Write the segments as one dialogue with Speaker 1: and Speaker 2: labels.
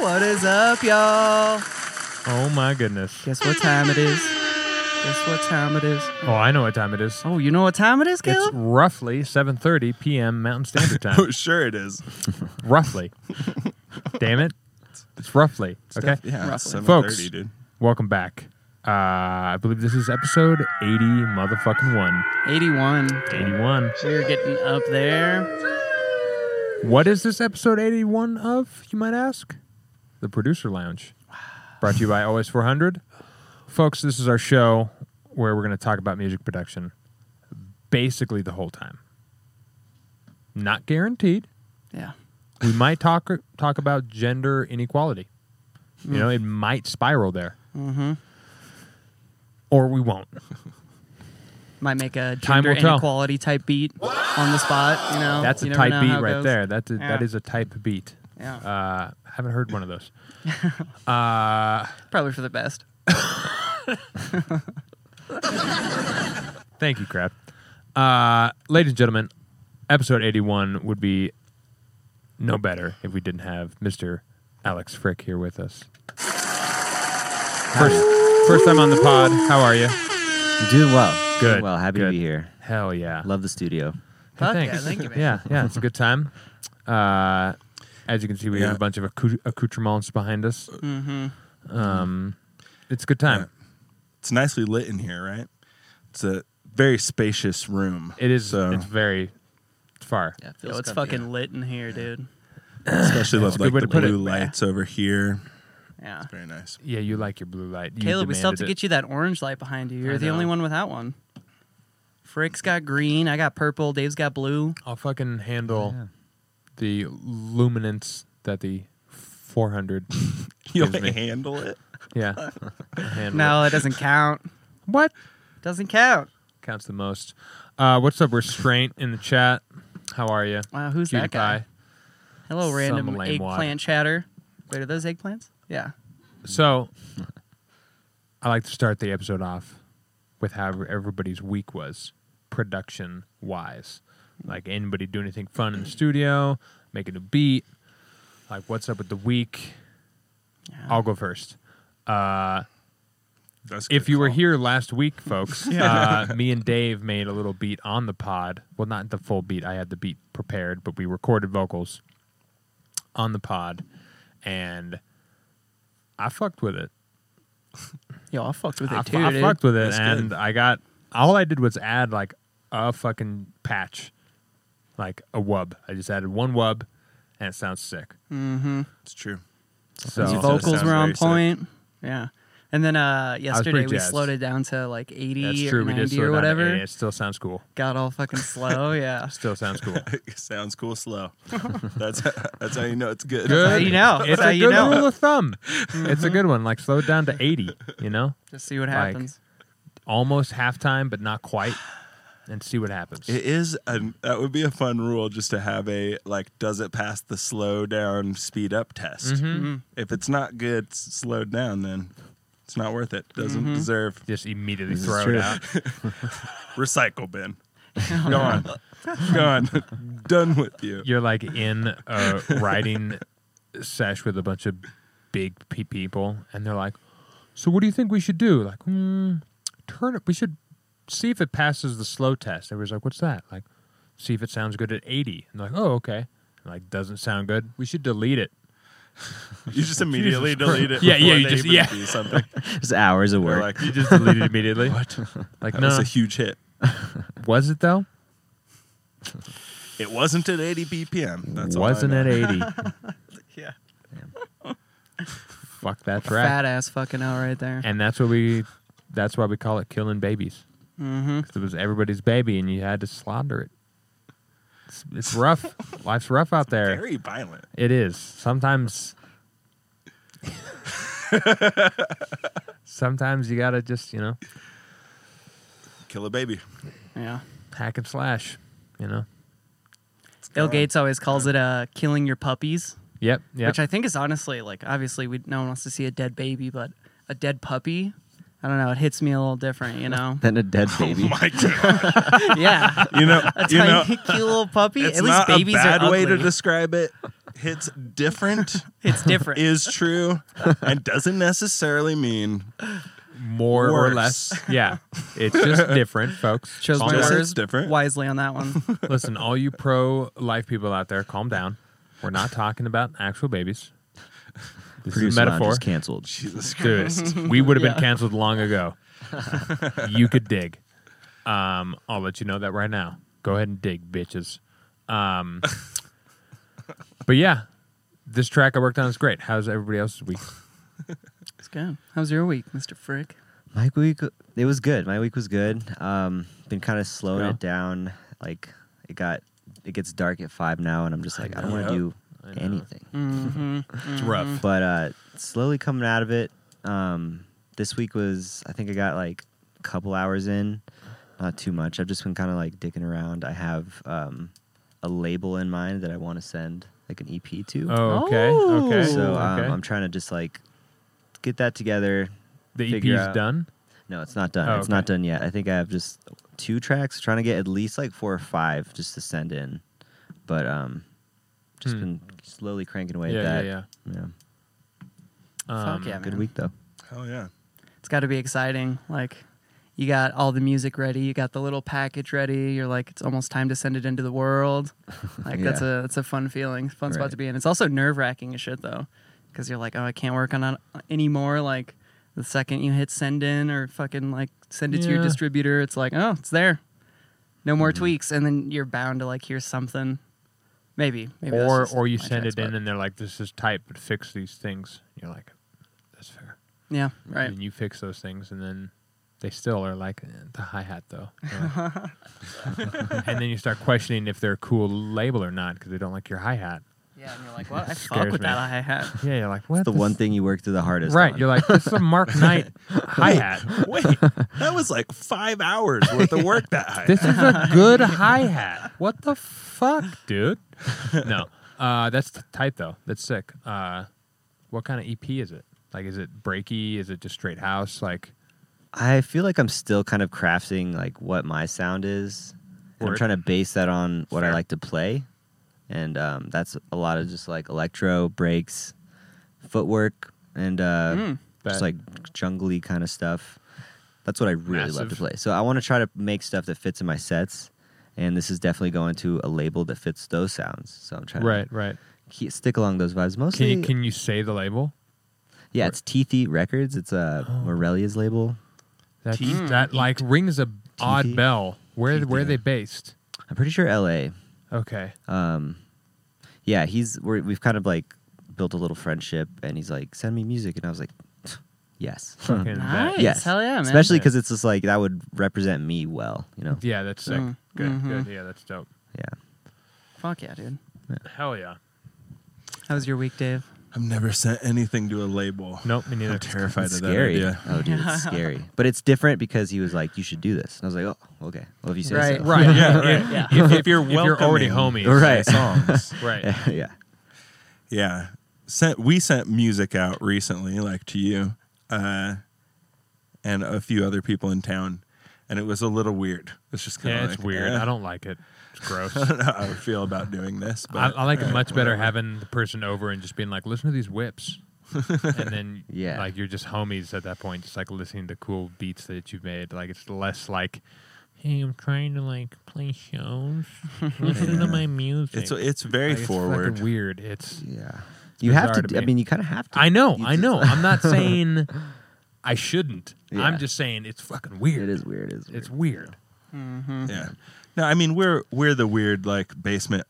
Speaker 1: What is up, y'all?
Speaker 2: Oh my goodness.
Speaker 1: Guess what time it is? Guess what time it is?
Speaker 2: Oh, I know what time it is.
Speaker 1: Oh, you know what time it is,
Speaker 2: It's
Speaker 1: Caleb?
Speaker 2: roughly 7:30 p.m. Mountain Standard Time.
Speaker 3: Oh, sure it is.
Speaker 2: roughly. Damn it. It's roughly. Okay.
Speaker 3: Yeah, it's
Speaker 1: Roughly.
Speaker 3: 7:30,
Speaker 2: Folks.
Speaker 3: dude.
Speaker 2: Welcome back. Uh, I believe this is episode 80 motherfucking 1.
Speaker 1: 81.
Speaker 2: 81.
Speaker 1: We're getting up there.
Speaker 2: What is this episode 81 of, you might ask? The Producer Lounge. Brought to you by OS 400. Folks, this is our show where we're going to talk about music production basically the whole time. Not guaranteed.
Speaker 1: Yeah.
Speaker 2: We might talk talk about gender inequality. You know, it might spiral there. Mm-hmm. Or we won't.
Speaker 1: Might make a
Speaker 2: Time
Speaker 1: gender
Speaker 2: will tell.
Speaker 1: inequality type beat on the spot. You know,
Speaker 2: That's
Speaker 1: You
Speaker 2: a
Speaker 1: never
Speaker 2: type
Speaker 1: know how
Speaker 2: beat
Speaker 1: it
Speaker 2: right
Speaker 1: goes.
Speaker 2: there. That's a, that
Speaker 1: Yeah.
Speaker 2: is a type beat.
Speaker 1: Yeah.
Speaker 2: Uh, haven't heard one of those.
Speaker 1: Probably for the best.
Speaker 2: Thank you, crap. Uh, ladies and gentlemen, episode 81 would be no better if we didn't have Mr. Alex Frick here with us. First, first time on the pod. How are you?
Speaker 4: Doing well.
Speaker 2: Good,
Speaker 4: Doing well. Happy
Speaker 2: good.
Speaker 4: to be here.
Speaker 2: Hell yeah.
Speaker 4: Love the studio.
Speaker 2: Hey,
Speaker 1: Fuck
Speaker 2: thanks.
Speaker 1: yeah, thank you, man.
Speaker 2: Yeah, yeah, it's a good time. Uh, as you can see, we have
Speaker 3: Yeah.
Speaker 2: a bunch of accou- accoutrements behind us. Mm-hmm. Um, it's a good time.
Speaker 3: It's nicely lit in here, right? It's a very spacious room.
Speaker 2: It is.
Speaker 3: So,
Speaker 2: It's very it's far.
Speaker 4: Yeah,
Speaker 1: Yo, it's fucking lit in here, dude.
Speaker 3: especially with
Speaker 2: a good
Speaker 3: like
Speaker 2: way
Speaker 3: the
Speaker 2: to put it.
Speaker 3: blue lights over here.
Speaker 1: Yeah.
Speaker 3: Very nice.
Speaker 2: Yeah, you like your blue light. You
Speaker 1: Caleb, we still have to
Speaker 2: demanded
Speaker 1: get you that orange light behind you. You're
Speaker 2: I
Speaker 1: the only
Speaker 2: know.
Speaker 1: one without one. Frick's got green. I got purple. Dave's got blue.
Speaker 2: it. I'll fucking handle the luminance that the 400.
Speaker 3: You
Speaker 2: Gives me-
Speaker 3: like handle it?
Speaker 2: Yeah, I'll handle
Speaker 1: No, it doesn't count.
Speaker 2: it. what
Speaker 1: Doesn't count.
Speaker 2: counts the most? Uh, what's up, restraint in the chat? How are you?
Speaker 1: Wow, who's
Speaker 2: Cutie
Speaker 1: that guy?
Speaker 2: pie.
Speaker 1: Hello,
Speaker 2: Some
Speaker 1: random
Speaker 2: lame
Speaker 1: eggplant
Speaker 2: wad.
Speaker 1: chatter. Wait, are those eggplants? Yeah.
Speaker 2: So, I like to start the episode off with how everybody's week was, production wise. Like anybody do anything fun in the studio, make a new beat. Like what's up with the week? I'll go first.
Speaker 3: That's a
Speaker 2: If
Speaker 3: good
Speaker 2: you were
Speaker 3: call.
Speaker 2: here last week, folks, uh, me and Dave made a little beat on the pod. Well, not the full beat. I had the beat prepared, but we recorded vocals on the pod, and I fucked with it.
Speaker 1: Yo, I fucked with it
Speaker 2: I,
Speaker 1: too,
Speaker 2: fu- I
Speaker 1: dude.
Speaker 2: fucked with it,
Speaker 3: That's
Speaker 2: and
Speaker 3: good.
Speaker 2: I got all I did was add like a fucking patch, like a wub. I just added one wub, and it sounds sick.
Speaker 3: it's true.
Speaker 2: So
Speaker 1: His
Speaker 3: Sounds-
Speaker 1: vocals
Speaker 3: sounds
Speaker 1: were on
Speaker 3: very sick.
Speaker 1: point. Yeah. And then uh, yesterday
Speaker 2: pretty
Speaker 1: we
Speaker 2: jazzed.
Speaker 1: slowed it down to like 80
Speaker 2: that's
Speaker 1: or
Speaker 2: true. We
Speaker 1: 90
Speaker 2: did slow
Speaker 1: or
Speaker 2: down to
Speaker 1: whatever.
Speaker 2: 80. It still sounds cool.
Speaker 1: Got all fucking slow. Yeah.
Speaker 2: Still sounds cool.
Speaker 3: Sounds cool slow. that's that's how you know it's good.
Speaker 1: how you know. That's
Speaker 2: It's
Speaker 1: how
Speaker 2: a
Speaker 1: you
Speaker 2: good
Speaker 1: know.
Speaker 2: rule of thumb. It's a good one. Like slow it down to eighty. You know,
Speaker 1: Just see what
Speaker 2: Like-
Speaker 1: happens.
Speaker 2: almost halftime, but not quite, and see what happens.
Speaker 3: It is an that would be a fun rule just to have a like does it pass the slow down speed up test.
Speaker 2: Mm-hmm.
Speaker 3: If it's not good s- slowed down then it's not worth it. Doesn't
Speaker 2: Mm-hmm.
Speaker 3: deserve
Speaker 2: Just immediately
Speaker 4: is
Speaker 2: throw it
Speaker 4: true.
Speaker 2: out.
Speaker 3: recycle bin. Gone. Gone. Done with you.
Speaker 2: You're like in a writing sesh with a bunch of big pe- people, and they're like, "So what do you think we should do? Like, hmm, turn it. We should see if it passes the slow test." Everybody's like, "What's that?" Like, see if it sounds good at eighty. And they're like, "Oh, okay." And like, doesn't sound good. We should delete it.
Speaker 3: You just immediately
Speaker 2: Jesus
Speaker 3: delete it.
Speaker 2: Christ. Yeah, yeah,
Speaker 3: before
Speaker 2: you
Speaker 3: they
Speaker 2: just-
Speaker 3: even
Speaker 2: yeah.
Speaker 3: do something.
Speaker 4: Just hours of
Speaker 3: They're like
Speaker 4: work.
Speaker 2: You just delete it immediately. What? Like,
Speaker 3: that
Speaker 2: no,
Speaker 3: was a huge hit.
Speaker 2: was it though?
Speaker 3: It wasn't at 80 BPM. That's all I
Speaker 2: wasn't
Speaker 3: know.
Speaker 2: at 80.
Speaker 1: Yeah.
Speaker 2: Fuck that
Speaker 1: Fat
Speaker 2: rat.
Speaker 1: ass fucking out right there.
Speaker 2: And that's what we that's why we call it killing babies. Mm-hmm. It was everybody's baby and you had to slaughter it. It's, it's rough. Life's rough out there.
Speaker 3: Very violent.
Speaker 2: it is. Sometimes Sometimes you got to just, you know,
Speaker 3: Kill a baby.
Speaker 1: Yeah.
Speaker 2: hack and slash, you know.
Speaker 1: Bill Gates always calls it uh, killing your puppies,
Speaker 2: Yep, yep.
Speaker 1: which I think is honestly like obviously we no one wants to see a dead baby, but a dead puppy, I don't know, it hits me a little different, you know.
Speaker 4: then a dead baby.
Speaker 3: My God.
Speaker 1: yeah.
Speaker 3: You know,
Speaker 1: A
Speaker 3: you know,
Speaker 1: tiny cute little puppy.
Speaker 3: It's
Speaker 1: At least
Speaker 3: not
Speaker 1: babies
Speaker 3: a bad
Speaker 1: are
Speaker 3: way to
Speaker 1: ugly.
Speaker 3: describe it. hits different
Speaker 1: It's different.
Speaker 3: is true and doesn't necessarily mean
Speaker 2: more or
Speaker 3: Worse.
Speaker 2: less. Yeah, it's just different, folks.
Speaker 1: Chose
Speaker 2: Calm
Speaker 1: my
Speaker 3: Just
Speaker 2: down.
Speaker 3: it's
Speaker 1: words
Speaker 3: different.
Speaker 1: wisely on that one.
Speaker 2: Listen, all you pro life people out there, calm down. We're not talking about actual babies. This is a
Speaker 4: Producer Lounge
Speaker 2: metaphor.
Speaker 4: is canceled.
Speaker 3: Jesus Christ.
Speaker 2: Dude, we would have
Speaker 1: Yeah.
Speaker 2: been canceled long ago. you could dig. Um, I'll let you know that right now. Go ahead and dig, bitches. Um, but yeah, this track I worked on is great. How's everybody else's week?
Speaker 1: It's good. How's your week, Mr. Frick?
Speaker 4: My week, it was good. My week was good. Um, been kind of slowing
Speaker 2: Yeah.
Speaker 4: it down. Like it got, it gets dark at five now, and I'm just like, I, don't want
Speaker 3: know.
Speaker 4: to do
Speaker 2: I know.
Speaker 4: anything.
Speaker 1: Mm-hmm.
Speaker 2: It's rough.
Speaker 4: But uh, slowly coming out of it. Um, this week was, I think I got like a couple hours in, not too much. I've just been kind of like dicking around. I have um, a label in mind that I want to send like an EP to.
Speaker 2: Oh, okay. Okay.
Speaker 4: So um,
Speaker 2: okay.
Speaker 4: I'm trying to just like get that together.
Speaker 2: the
Speaker 4: figure
Speaker 2: EP's
Speaker 4: out-
Speaker 2: done.
Speaker 4: No, it's not done.
Speaker 2: Oh,
Speaker 4: it's not
Speaker 2: okay.
Speaker 4: done yet. I think I have just two tracks. Trying to get at least like four or five just to send in, but um, just
Speaker 2: Hmm.
Speaker 4: been slowly cranking away
Speaker 2: yeah,
Speaker 4: at that.
Speaker 2: yeah, Um,
Speaker 4: yeah.
Speaker 2: yeah.
Speaker 1: Fuck yeah,
Speaker 4: Um, Good
Speaker 1: man.
Speaker 4: week though.
Speaker 3: Hell yeah.
Speaker 1: It's got to be exciting. Like, you got all the music ready. You got the little package ready. You're like, it's almost time to send it into the world. Like, that's
Speaker 4: Yeah.
Speaker 1: a that's a fun feeling, fun spot
Speaker 4: Right.
Speaker 1: to be in. It's also nerve wracking as shit though, because you're like, oh, I can't work on it anymore. Like, the second you hit send in or fucking like send it to your
Speaker 2: Yeah.
Speaker 1: distributor, it's like, oh, it's there. No
Speaker 4: Mm-hmm.
Speaker 1: more tweaks, and then you're bound to like hear something. Maybe, maybe that's
Speaker 2: or
Speaker 1: just
Speaker 2: or you
Speaker 1: my
Speaker 2: send
Speaker 1: tracks,
Speaker 2: it in
Speaker 1: but-
Speaker 2: and they're like, "This is tight, but fix these things." You're like, "That's fair."
Speaker 1: yeah, right.
Speaker 2: And you fix those things, and then they still are like eh, the hi hat though. They're like- and then you start questioning if they're a cool label or not because they don't like your hi hat.
Speaker 1: Yeah, and you're like, what? I fuck
Speaker 2: Scares
Speaker 1: with
Speaker 2: me.
Speaker 1: that hi hat.
Speaker 2: Yeah, you're like, "What?"
Speaker 4: The
Speaker 2: This-
Speaker 4: one thing you worked through the hardest.
Speaker 2: Right,
Speaker 4: on.
Speaker 2: you're like, "This is a Mark Knight hi hat.
Speaker 3: Wait, that was like five hours worth of work that high.
Speaker 2: This is a good hi hat. What the fuck, dude?" No, uh, that's t- tight though. That's sick. Uh, what kind of EP is it? Like, is it breaky? Is it just straight house? Like,
Speaker 4: I feel like I'm still kind of crafting like what my sound is. And I'm
Speaker 2: Word.
Speaker 4: trying to base that on what
Speaker 2: Fair.
Speaker 4: I like to play, and um, that's a lot of just like electro breaks, footwork, and uh,
Speaker 1: Mm.
Speaker 2: Hmm, Bet.
Speaker 4: just like jungly kind of stuff. That's what I really love to
Speaker 2: Massive.
Speaker 4: play. So I want to try to make stuff that fits in my sets, and this is definitely going to a label that fits those sounds. So I'm trying
Speaker 2: right, right.
Speaker 4: to keep, stick along those vibes.
Speaker 2: Can
Speaker 4: Mostly,
Speaker 2: you can you say the label?
Speaker 4: yeah, it's Teeth Eat Records. It's uh,
Speaker 2: Oh.
Speaker 4: Morelia's label.
Speaker 2: That's,
Speaker 3: Teeth.
Speaker 2: That like rings a odd
Speaker 4: Teethy.
Speaker 2: bell. Where
Speaker 4: Teethy.
Speaker 2: where are they based?
Speaker 4: I'm pretty sure L.A.
Speaker 2: Okay.
Speaker 4: um, yeah, he's we're, we've kind of like built a little friendship, and he's like, send me music, and I was like, yes,
Speaker 2: Fucking
Speaker 1: Nice.
Speaker 2: bet.
Speaker 4: yes,
Speaker 1: Hell yeah, man.
Speaker 4: especially because it's just like that would represent me well, you know,
Speaker 2: Yeah, that's sick.
Speaker 1: Mm,
Speaker 2: Good,
Speaker 1: mhm.
Speaker 2: good. Yeah, that's dope.
Speaker 4: yeah.
Speaker 1: Fuck yeah, dude.
Speaker 2: Hell yeah.
Speaker 1: How was your week, Dave?
Speaker 3: I've never sent anything to a label.
Speaker 2: Nope, me neither.
Speaker 3: I'm terrified
Speaker 4: It's
Speaker 3: of
Speaker 4: scary.
Speaker 3: that idea.
Speaker 4: Oh, dude, it's scary. But it's different because he was like, "You should do this," and I was like, "Oh, okay. Well, if you say
Speaker 1: Right.
Speaker 4: so,
Speaker 2: Right.
Speaker 3: Yeah,
Speaker 2: If-
Speaker 1: right.
Speaker 2: If, if you're
Speaker 3: You're
Speaker 2: if you're already
Speaker 3: welcoming
Speaker 2: homies.
Speaker 4: Right.
Speaker 3: Songs.
Speaker 2: Right.
Speaker 4: yeah,
Speaker 3: yeah. Sent we sent music out recently, like to you, uh, and a few other people in town, and it was a little weird. It's just kind of
Speaker 2: Yeah, it's weird. I don't like it. It's gross. I,
Speaker 3: don't know how I feel about doing this, but
Speaker 2: I like it much better having the person over and just being like, listen to these whips. and then
Speaker 4: Yeah.
Speaker 2: like you're just homies at that point, just like listening to cool beats that you've made. Like it's less like, hey, I'm trying to like play shows. Listen
Speaker 3: Yeah.
Speaker 2: to my music.
Speaker 3: it's it's very
Speaker 2: Like, it's fucking
Speaker 3: forward.
Speaker 2: weird. It's
Speaker 4: yeah. You
Speaker 2: bizarre
Speaker 4: have to.
Speaker 2: to
Speaker 4: d- I
Speaker 2: me.
Speaker 4: mean, you kind of have to.
Speaker 2: I know,
Speaker 4: You
Speaker 2: I
Speaker 4: just-
Speaker 2: know. I'm not saying I shouldn't.
Speaker 4: Yeah.
Speaker 2: I'm just saying it's fucking weird.
Speaker 4: It is weird. It is weird.
Speaker 2: It's weird.
Speaker 3: Yeah. No, I mean we're we're the weird like basement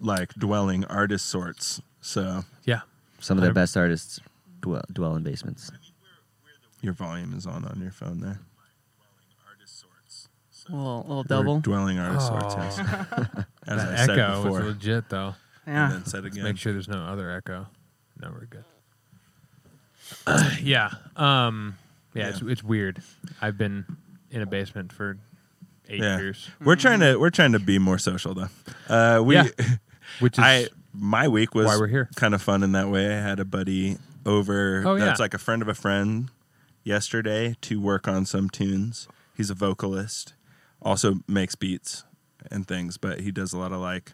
Speaker 3: like dwelling artist sorts. So
Speaker 2: Yeah.
Speaker 4: Some of the
Speaker 2: I-
Speaker 4: best artists dwell dwell in basements.
Speaker 3: your volume is on on your phone there.
Speaker 1: A little, little
Speaker 3: We're
Speaker 1: double.
Speaker 3: dwelling artist sorts. Yes. As I
Speaker 2: That
Speaker 3: said
Speaker 2: Oh, echo
Speaker 3: before.
Speaker 2: is legit though.
Speaker 1: yeah.
Speaker 3: And then said again.
Speaker 2: Make sure there's no other echo. No, we're good. yeah. Um yeah, It's,
Speaker 3: Yeah.
Speaker 2: it's weird. I've been in a basement for eight
Speaker 3: Yeah.
Speaker 2: years.
Speaker 3: We're trying
Speaker 2: Mm-hmm.
Speaker 3: to we're trying to be more social though. Uh, we
Speaker 2: Yeah. Which is
Speaker 3: I my week was
Speaker 2: why we're here.
Speaker 3: kind of fun in that way. I had a buddy over
Speaker 2: Oh, yeah.
Speaker 3: that's like a friend of a friend yesterday to work on some tunes. He's a vocalist, also makes beats and things, but he does a lot of like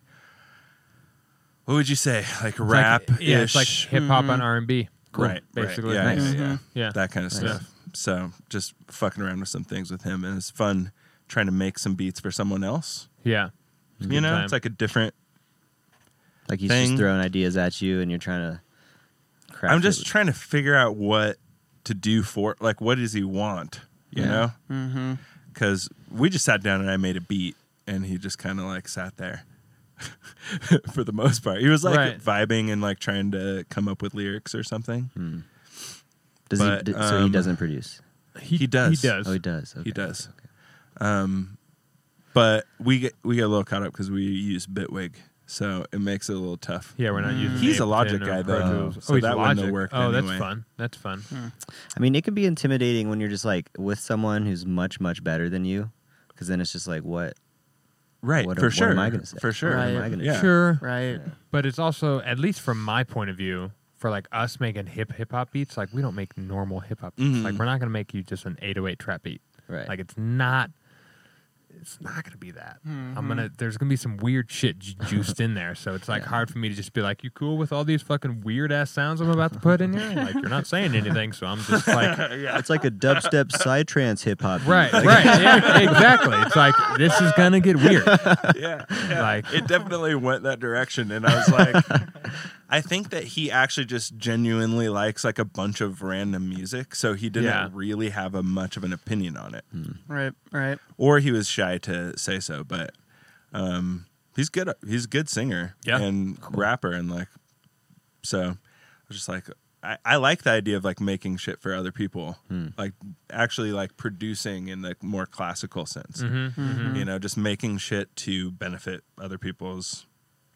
Speaker 3: What would you say? Like
Speaker 2: It's like-
Speaker 3: rap ish,
Speaker 2: yeah, it's like hip hop and R and B.
Speaker 3: Mm-hmm. right?
Speaker 2: Basically,
Speaker 3: right. Yeah,
Speaker 2: Nice. Mm-hmm.
Speaker 3: yeah, yeah,
Speaker 2: Yeah.
Speaker 3: that kind of stuff. So just fucking around with some things with him, and it's fun trying to make some beats for someone else.
Speaker 2: Yeah.
Speaker 3: you
Speaker 2: Good
Speaker 3: know,
Speaker 2: time.
Speaker 3: it's like a different.
Speaker 4: Like he's
Speaker 3: Thing.
Speaker 4: just throwing ideas at you, and you're trying to. Craft
Speaker 3: I'm
Speaker 4: it
Speaker 3: just
Speaker 4: with-
Speaker 3: trying to figure out what to do for like what does he want, you
Speaker 4: Yeah.
Speaker 3: know?
Speaker 1: Mm-hmm.
Speaker 3: Because we just sat down and I made a beat, and he just kind of like sat there. for the most part, he was like
Speaker 2: Right.
Speaker 3: vibing and like trying to come up with lyrics or something.
Speaker 4: Hmm. Does
Speaker 3: But,
Speaker 4: he? d- so he
Speaker 3: um,
Speaker 4: doesn't produce.
Speaker 3: He, does.
Speaker 2: He does.
Speaker 4: Oh, he does. Okay.
Speaker 3: He does. Um, but we get we get a little caught up because we use Bitwig, so it makes it a little tough.
Speaker 2: Yeah, we're not using.
Speaker 3: He's a
Speaker 2: Ableton
Speaker 3: Logic
Speaker 2: or Pro
Speaker 3: guy, though,
Speaker 2: Tools.
Speaker 3: so
Speaker 2: oh, he's
Speaker 3: that wouldn't
Speaker 2: Logic.
Speaker 3: have worked
Speaker 2: oh,
Speaker 3: anyway.
Speaker 2: that's fun. That's fun.
Speaker 4: I mean, it can be intimidating when you're just like with someone who's much much better than you, because then it's just like, what?
Speaker 3: Right,
Speaker 4: What am-
Speaker 3: for
Speaker 4: what
Speaker 3: sure.
Speaker 4: am I gonna say?
Speaker 3: For sure.
Speaker 4: What am
Speaker 1: Right.
Speaker 4: I gonna
Speaker 3: Yeah.
Speaker 4: do?
Speaker 2: Sure,
Speaker 1: Right.
Speaker 2: but it's also at least from my point of view, for like us making hip hip hop beats, like we don't make normal hip hop beats.
Speaker 3: Mhm.
Speaker 2: Like we're not gonna make you just an 808 trap beat.
Speaker 4: Right.
Speaker 2: Like it's not. It's not gonna be that. I'm
Speaker 1: Mhm.
Speaker 2: gonna. There's gonna be some weird shit ju- juiced in there, so it's like hard for me to just be like, "You cool with all these fucking weird ass sounds I'm about to put in here?" Like you're not saying anything, so I'm just like,
Speaker 4: It's like a dubstep psytrance hip hop. beat.
Speaker 2: Right, right, yeah, exactly. It's like this is gonna get weird. Mm-hmm.
Speaker 3: yeah, yeah.
Speaker 2: Like-
Speaker 3: it definitely went that direction, and I was like, I think that he actually just genuinely likes like a bunch of random music, so he didn't
Speaker 2: Yeah.
Speaker 3: really have a much of an opinion on it,
Speaker 4: Hmm.
Speaker 1: Right. Right.
Speaker 3: or he was shy to say so. But um, he's good. He's a good singer
Speaker 2: Yeah.
Speaker 3: and rapper, and like, so I was just like. I, I like the idea of like making shit for other people,
Speaker 4: Hmm.
Speaker 3: like actually like producing in the more classical sense you know, just making shit to benefit other people's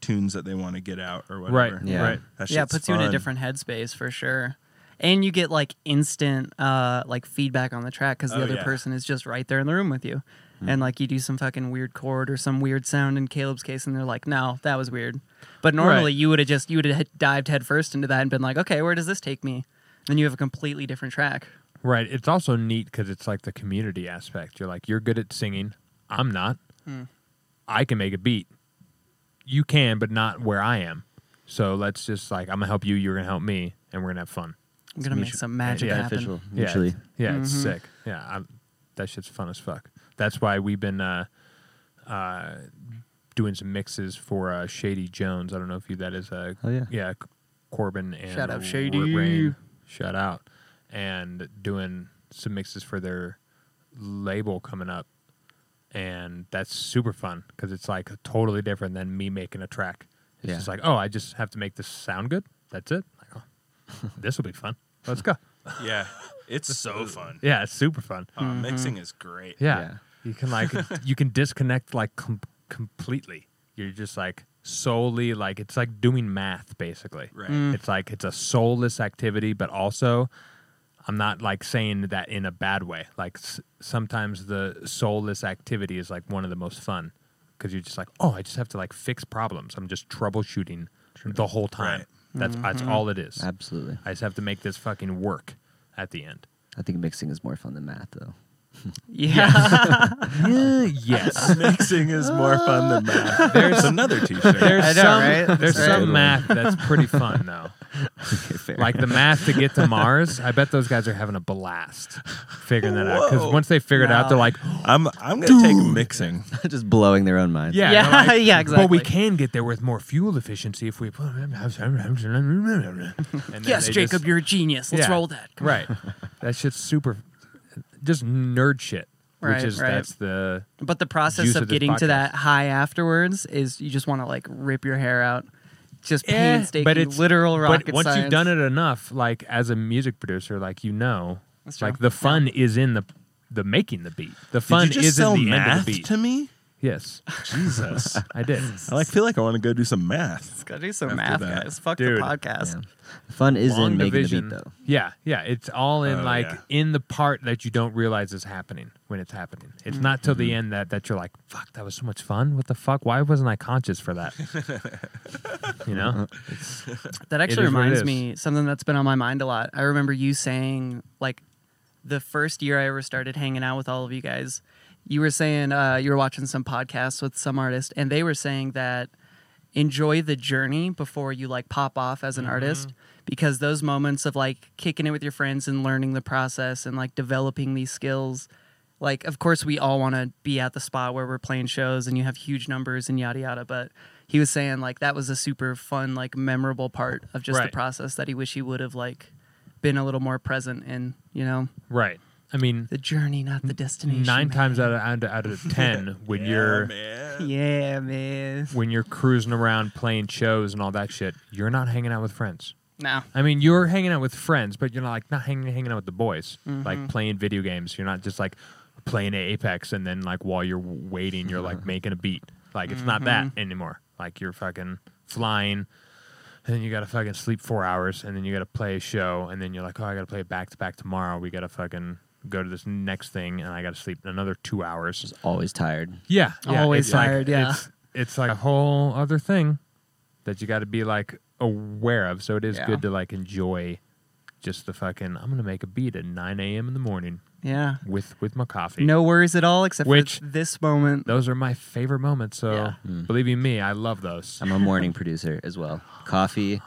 Speaker 3: tunes that they want to get out or
Speaker 2: Right,
Speaker 3: whatever.
Speaker 4: Yeah.
Speaker 2: right.
Speaker 3: That
Speaker 1: yeah, it
Speaker 3: shit's
Speaker 1: puts you in a
Speaker 3: fun.
Speaker 1: different headspace for sure. And you get like instant uh like feedback on the track because the
Speaker 3: Oh,
Speaker 1: other
Speaker 3: yeah.
Speaker 1: person is just right there in the room with you.
Speaker 3: Hmm.
Speaker 1: And like you do some fucking weird chord or some weird sound in Caleb's case, and they're like, "No, that was weird." But normally
Speaker 2: Right.
Speaker 1: you would have just you would have dived headfirst into that and been like, "Okay, where does this take me?" Then you have a completely different track.
Speaker 2: Right. It's also neat because it's like the community aspect. You're like, you're good at singing. I'm not. I can make a beat. You can, but not where I am. So let's just like, I'm gonna help you. You're gonna help me, and we're gonna have fun.
Speaker 1: I'm gonna make
Speaker 4: mutu-
Speaker 1: some magic
Speaker 2: yeah,
Speaker 1: happen.
Speaker 4: beneficial
Speaker 2: Yeah,
Speaker 4: mutually.
Speaker 2: it's- Yeah, it's
Speaker 1: Mhm.
Speaker 2: sick. Yeah, I, that shit's fun as fuck. That's why we've been uh, uh, doing some mixes for uh, Shady Jones. I don't know if you that is uh,
Speaker 4: Oh, yeah.
Speaker 2: yeah C- Corbin and
Speaker 1: Shout out
Speaker 2: R-
Speaker 1: Shady.
Speaker 2: Rain. shout out, and doing some mixes for their label coming up, and that's super fun because it's like totally different than me making a track. It's
Speaker 4: Yeah.
Speaker 2: just like, oh, I just have to make this sound good. That's it. Like, oh, this will be fun. Let's go.
Speaker 3: Yeah. It's so fun.
Speaker 2: Yeah, it's super fun.
Speaker 3: Uh, Mixing is great.
Speaker 2: Yeah.
Speaker 4: Yeah.
Speaker 2: You can like you can disconnect like com- completely. You're just like solely like it's like doing math basically.
Speaker 3: Right.
Speaker 2: It's like it's a soulless activity, but also I'm not like saying that in a bad way. Like s- sometimes the soulless activity is like one of the most fun because you're just like, oh, I just have to like fix problems. I'm just troubleshooting the whole time.
Speaker 3: Right.
Speaker 2: That's that's all it is.
Speaker 4: Absolutely.
Speaker 2: I just have to make this fucking work at the end.
Speaker 4: I think mixing is more fun than math, though.
Speaker 1: Yeah,
Speaker 2: yes.
Speaker 3: Mixing is more fun than math. There's another t-shirt.
Speaker 2: There's
Speaker 1: I know,
Speaker 2: some,
Speaker 1: right?
Speaker 2: there's
Speaker 4: That's
Speaker 2: some
Speaker 4: right.
Speaker 2: math that's pretty fun though.
Speaker 4: Okay, fair.
Speaker 2: Like the math to get to Mars. I bet those guys are having a blast figuring that out. Because
Speaker 3: Whoa.
Speaker 2: once they figure it out, they're
Speaker 1: Wow.
Speaker 2: like,
Speaker 3: I'm I'm going to take mixing.
Speaker 4: just blowing their own minds.
Speaker 2: yeah,
Speaker 1: Yeah,
Speaker 2: they're like,
Speaker 1: yeah,
Speaker 2: But
Speaker 1: exactly.
Speaker 2: we can get there with more fuel efficiency if we. And then
Speaker 1: yes,
Speaker 2: they
Speaker 1: Jacob,
Speaker 2: just-
Speaker 1: you're a genius. Let's
Speaker 2: Yeah.
Speaker 1: roll that. Come
Speaker 2: right. That shit's super, just nerd shit.
Speaker 1: Right,
Speaker 2: which is
Speaker 1: right.
Speaker 2: that's the
Speaker 1: But the process
Speaker 2: juice
Speaker 1: of,
Speaker 2: of this
Speaker 1: getting to
Speaker 2: podcast.
Speaker 1: that high afterwards is you just want to like rip your hair out. Just
Speaker 2: Eh,
Speaker 1: painstaking,
Speaker 2: but it's
Speaker 1: literal rocket
Speaker 2: But once
Speaker 1: science.
Speaker 2: you've done it enough, like as a music producer, like you know,
Speaker 1: That's
Speaker 2: like
Speaker 1: true.
Speaker 2: the fun is in the the making the beat. The
Speaker 3: Did
Speaker 2: fun
Speaker 3: you just
Speaker 2: is
Speaker 3: sell
Speaker 2: in the end of
Speaker 3: math
Speaker 2: the beat.
Speaker 3: to me?
Speaker 2: yes,
Speaker 3: Jesus.
Speaker 2: I did.
Speaker 3: I like feel like I want to go do some math.
Speaker 1: Gotta do some math,
Speaker 3: After that.
Speaker 1: guys. Fuck
Speaker 2: Dude.
Speaker 1: the podcast.
Speaker 4: Yeah. Fun is
Speaker 2: Long
Speaker 4: in making
Speaker 2: division.
Speaker 4: the beat, though.
Speaker 2: Yeah, yeah. It's all in
Speaker 3: Oh,
Speaker 2: like
Speaker 3: yeah.
Speaker 2: in the part that you don't realize is happening when it's happening. It's not till
Speaker 3: Mm-hmm.
Speaker 2: the end that that you're like, "Fuck, that was so much fun. What the fuck? Why wasn't I conscious for that?" you know?
Speaker 1: That actually
Speaker 2: is what it
Speaker 1: reminds
Speaker 2: is.
Speaker 1: me something that's been on my mind a lot. I remember you saying like the first year I ever started hanging out with all of you guys, you were saying uh, you were watching some podcasts with some artist, and they were saying that enjoy the journey before you like pop off as
Speaker 2: Mm-hmm.
Speaker 1: an artist because those moments of like kicking it with your friends and learning the process and like developing these skills like of course we all want to be at the spot where we're playing shows and you have huge numbers and yada yada but he was saying like that was a super fun like memorable part of just the
Speaker 2: Right.
Speaker 1: process that he wish he would have like been a little more present in you know
Speaker 2: Right. I mean,
Speaker 1: the journey not the destination
Speaker 2: nine
Speaker 1: man.
Speaker 2: times out of out of, out of ten, when you're
Speaker 3: man.
Speaker 1: yeah man
Speaker 2: when you're cruising around playing shows and all that shit, you're not hanging out with friends.
Speaker 1: no
Speaker 2: I mean, you're hanging out with friends, but you're not like not hanging hanging out with the boys, like playing video games. You're not just like playing Apex and then like while you're waiting, you're like making a beat. Like it's not that anymore. Like you're fucking flying, and then you gotta fucking sleep four hours, and then you gotta play a show, and then you're like, oh, I gotta play it back to back tomorrow. We gotta fucking go to this next thing, and I gotta sleep another two hours.
Speaker 4: Always tired.
Speaker 2: Yeah, yeah
Speaker 1: Always
Speaker 2: it's like-
Speaker 1: tired, yeah.
Speaker 2: it's, it's like a whole other thing that you got to be like aware of. So it is
Speaker 1: Yeah.
Speaker 2: good to like enjoy just the fucking. I'm gonna make a beat at 9 a.m. in the morning
Speaker 1: yeah
Speaker 2: with with my coffee.
Speaker 1: no worries at all except
Speaker 2: Which-
Speaker 1: for this moment
Speaker 2: those are my favorite moments. So
Speaker 1: Yeah.
Speaker 2: believe you me, I love those.
Speaker 4: I'm a morning producer as well. Coffee,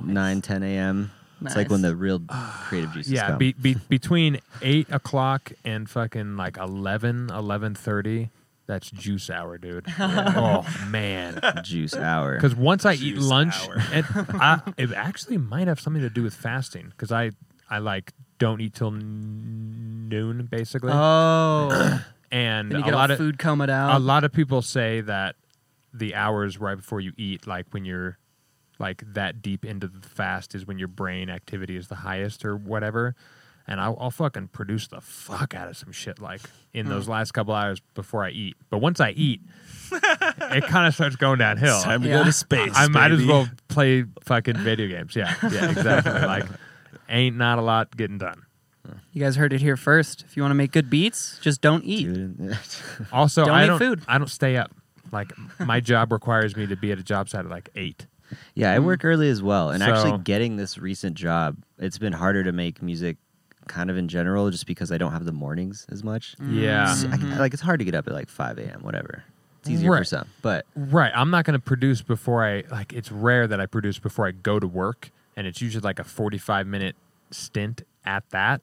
Speaker 4: nine ten a.m. It's like when
Speaker 1: Nice.
Speaker 4: the real creative juices
Speaker 2: yeah,
Speaker 4: come.
Speaker 2: be, be, between eight o'clock and fucking like 11, 11.30, that's juice hour, dude. Oh man.
Speaker 4: juice hour.
Speaker 2: Because once I eat
Speaker 3: Juice
Speaker 2: lunch,
Speaker 3: hour.
Speaker 2: it, I, it actually might have something to do with fasting. Because I, I like don't eat till n- noon basically,
Speaker 1: oh
Speaker 2: and
Speaker 1: then you
Speaker 2: a
Speaker 1: get
Speaker 2: lot
Speaker 1: all
Speaker 2: of
Speaker 1: food coming
Speaker 2: a
Speaker 1: out
Speaker 2: lot of people say that the hours right before you eat, like when you're like that deep into the fast, is when your brain activity is the highest or whatever. And I'll, I'll fucking produce the fuck out of some shit like in
Speaker 1: Hmm.
Speaker 2: those last couple hours before I eat. But once I eat, it kind of starts going downhill.
Speaker 3: It's time to
Speaker 1: Yeah.
Speaker 3: go to space.
Speaker 2: I might as
Speaker 3: baby.
Speaker 2: well play fucking video games. Yeah, yeah, exactly. like, ain't not a lot getting done.
Speaker 1: you guys heard it here first if you want to make good beats just don't eat
Speaker 4: Dude,
Speaker 2: Also,
Speaker 1: Don't
Speaker 2: I
Speaker 1: eat
Speaker 2: don't.
Speaker 1: food.
Speaker 2: I don't stay up. Like, my job requires me to be at a job site at like eight.
Speaker 4: yeah, I work early as well. And
Speaker 2: Mm-hmm. So-
Speaker 4: actually, getting this recent job, it's been harder to make music, kind of in general, just because I don't have the mornings as much.
Speaker 2: Yeah,
Speaker 4: S- I can- like it's hard to get up at like 5 a.m. Whatever. It's easier for
Speaker 2: Right.
Speaker 4: some, but
Speaker 2: right. I'm not going to produce before I like. It's rare that I produce before I go to work, and it's usually like a 45 minute stint at that.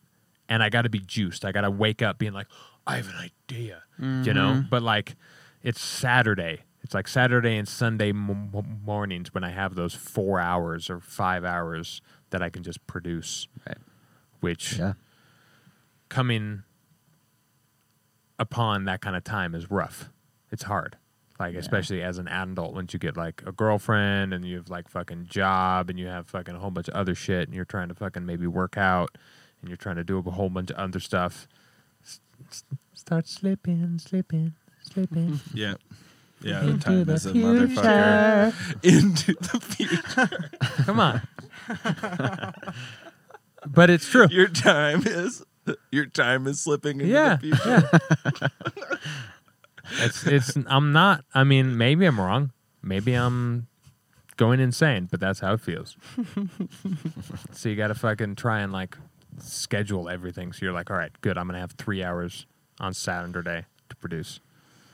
Speaker 2: And I got to be juiced. I got to wake up being like, I have an idea, you know. But like, it's Saturday. It's like Saturday and Sunday m- m- mornings when I have those four hours or five hours that I can just produce,
Speaker 4: right.
Speaker 2: which
Speaker 4: yeah,
Speaker 2: coming upon that kind of time is rough. It's hard. Like especially as an adult, once you get like a girlfriend and you have like fucking job and you have fucking a whole bunch of other shit and you're trying to fucking maybe work out and you're trying to do a whole bunch of other stuff, s- s- start slipping, slipping, slipping.
Speaker 3: Yeah. Yeah,
Speaker 2: Into
Speaker 3: the time
Speaker 2: the
Speaker 3: is a motherfucker. Into the future.
Speaker 2: Come on. but it's true.
Speaker 3: Your time is your time is slipping into
Speaker 2: Yeah,
Speaker 3: the future.
Speaker 2: it's it's I'm not I mean maybe I'm wrong. Maybe I'm going insane, but that's how it feels. so you got to fucking try and like schedule everything so you're like, "All right, good. I'm going to have 3 hours on Saturday to produce."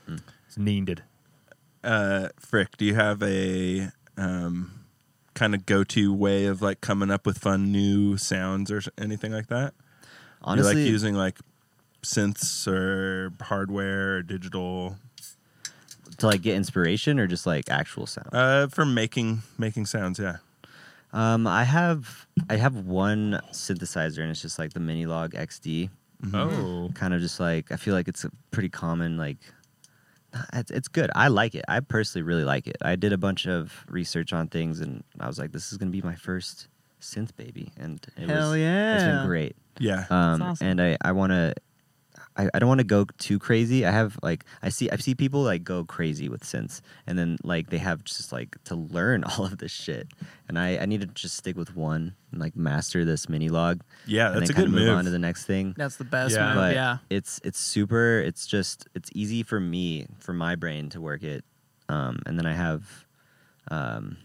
Speaker 4: Hmm.
Speaker 2: It's needed.
Speaker 3: Uh Frick, do you have a um kind of go-to way of like coming up with fun new sounds or s- anything like that? Do you
Speaker 4: honestly,
Speaker 3: like using like synths or hardware or digital
Speaker 4: to like get inspiration or just like actual sound.
Speaker 3: uh for making making sounds, yeah.
Speaker 4: Um, I have I have one synthesizer and it's just like the Minilog XD.
Speaker 2: Oh.
Speaker 4: Kind of just like I feel like it's a pretty common like. It's, it's good. I like it. I personally really like it. I did a bunch of research on things and I was like, this is gonna be my first synth baby, and it
Speaker 1: Hell
Speaker 4: was it's
Speaker 1: yeah.
Speaker 4: been great.
Speaker 3: Yeah.
Speaker 4: Um,
Speaker 1: awesome.
Speaker 4: and I I want to. I, I don't want to go too crazy. I have like I see I see people like go crazy with synths, and then like they have just like to learn all of this shit. And I, I need to just stick with one and like master this mini log.
Speaker 3: yeah,
Speaker 4: and
Speaker 3: that's a
Speaker 4: then kind
Speaker 3: good
Speaker 4: of move on to
Speaker 3: move.
Speaker 4: the next thing.
Speaker 1: that's the best
Speaker 2: Yeah.
Speaker 1: yeah.
Speaker 4: But
Speaker 1: yeah
Speaker 4: it's it's super. It's just it's easy for me for my brain to work it. Um, and then I have um,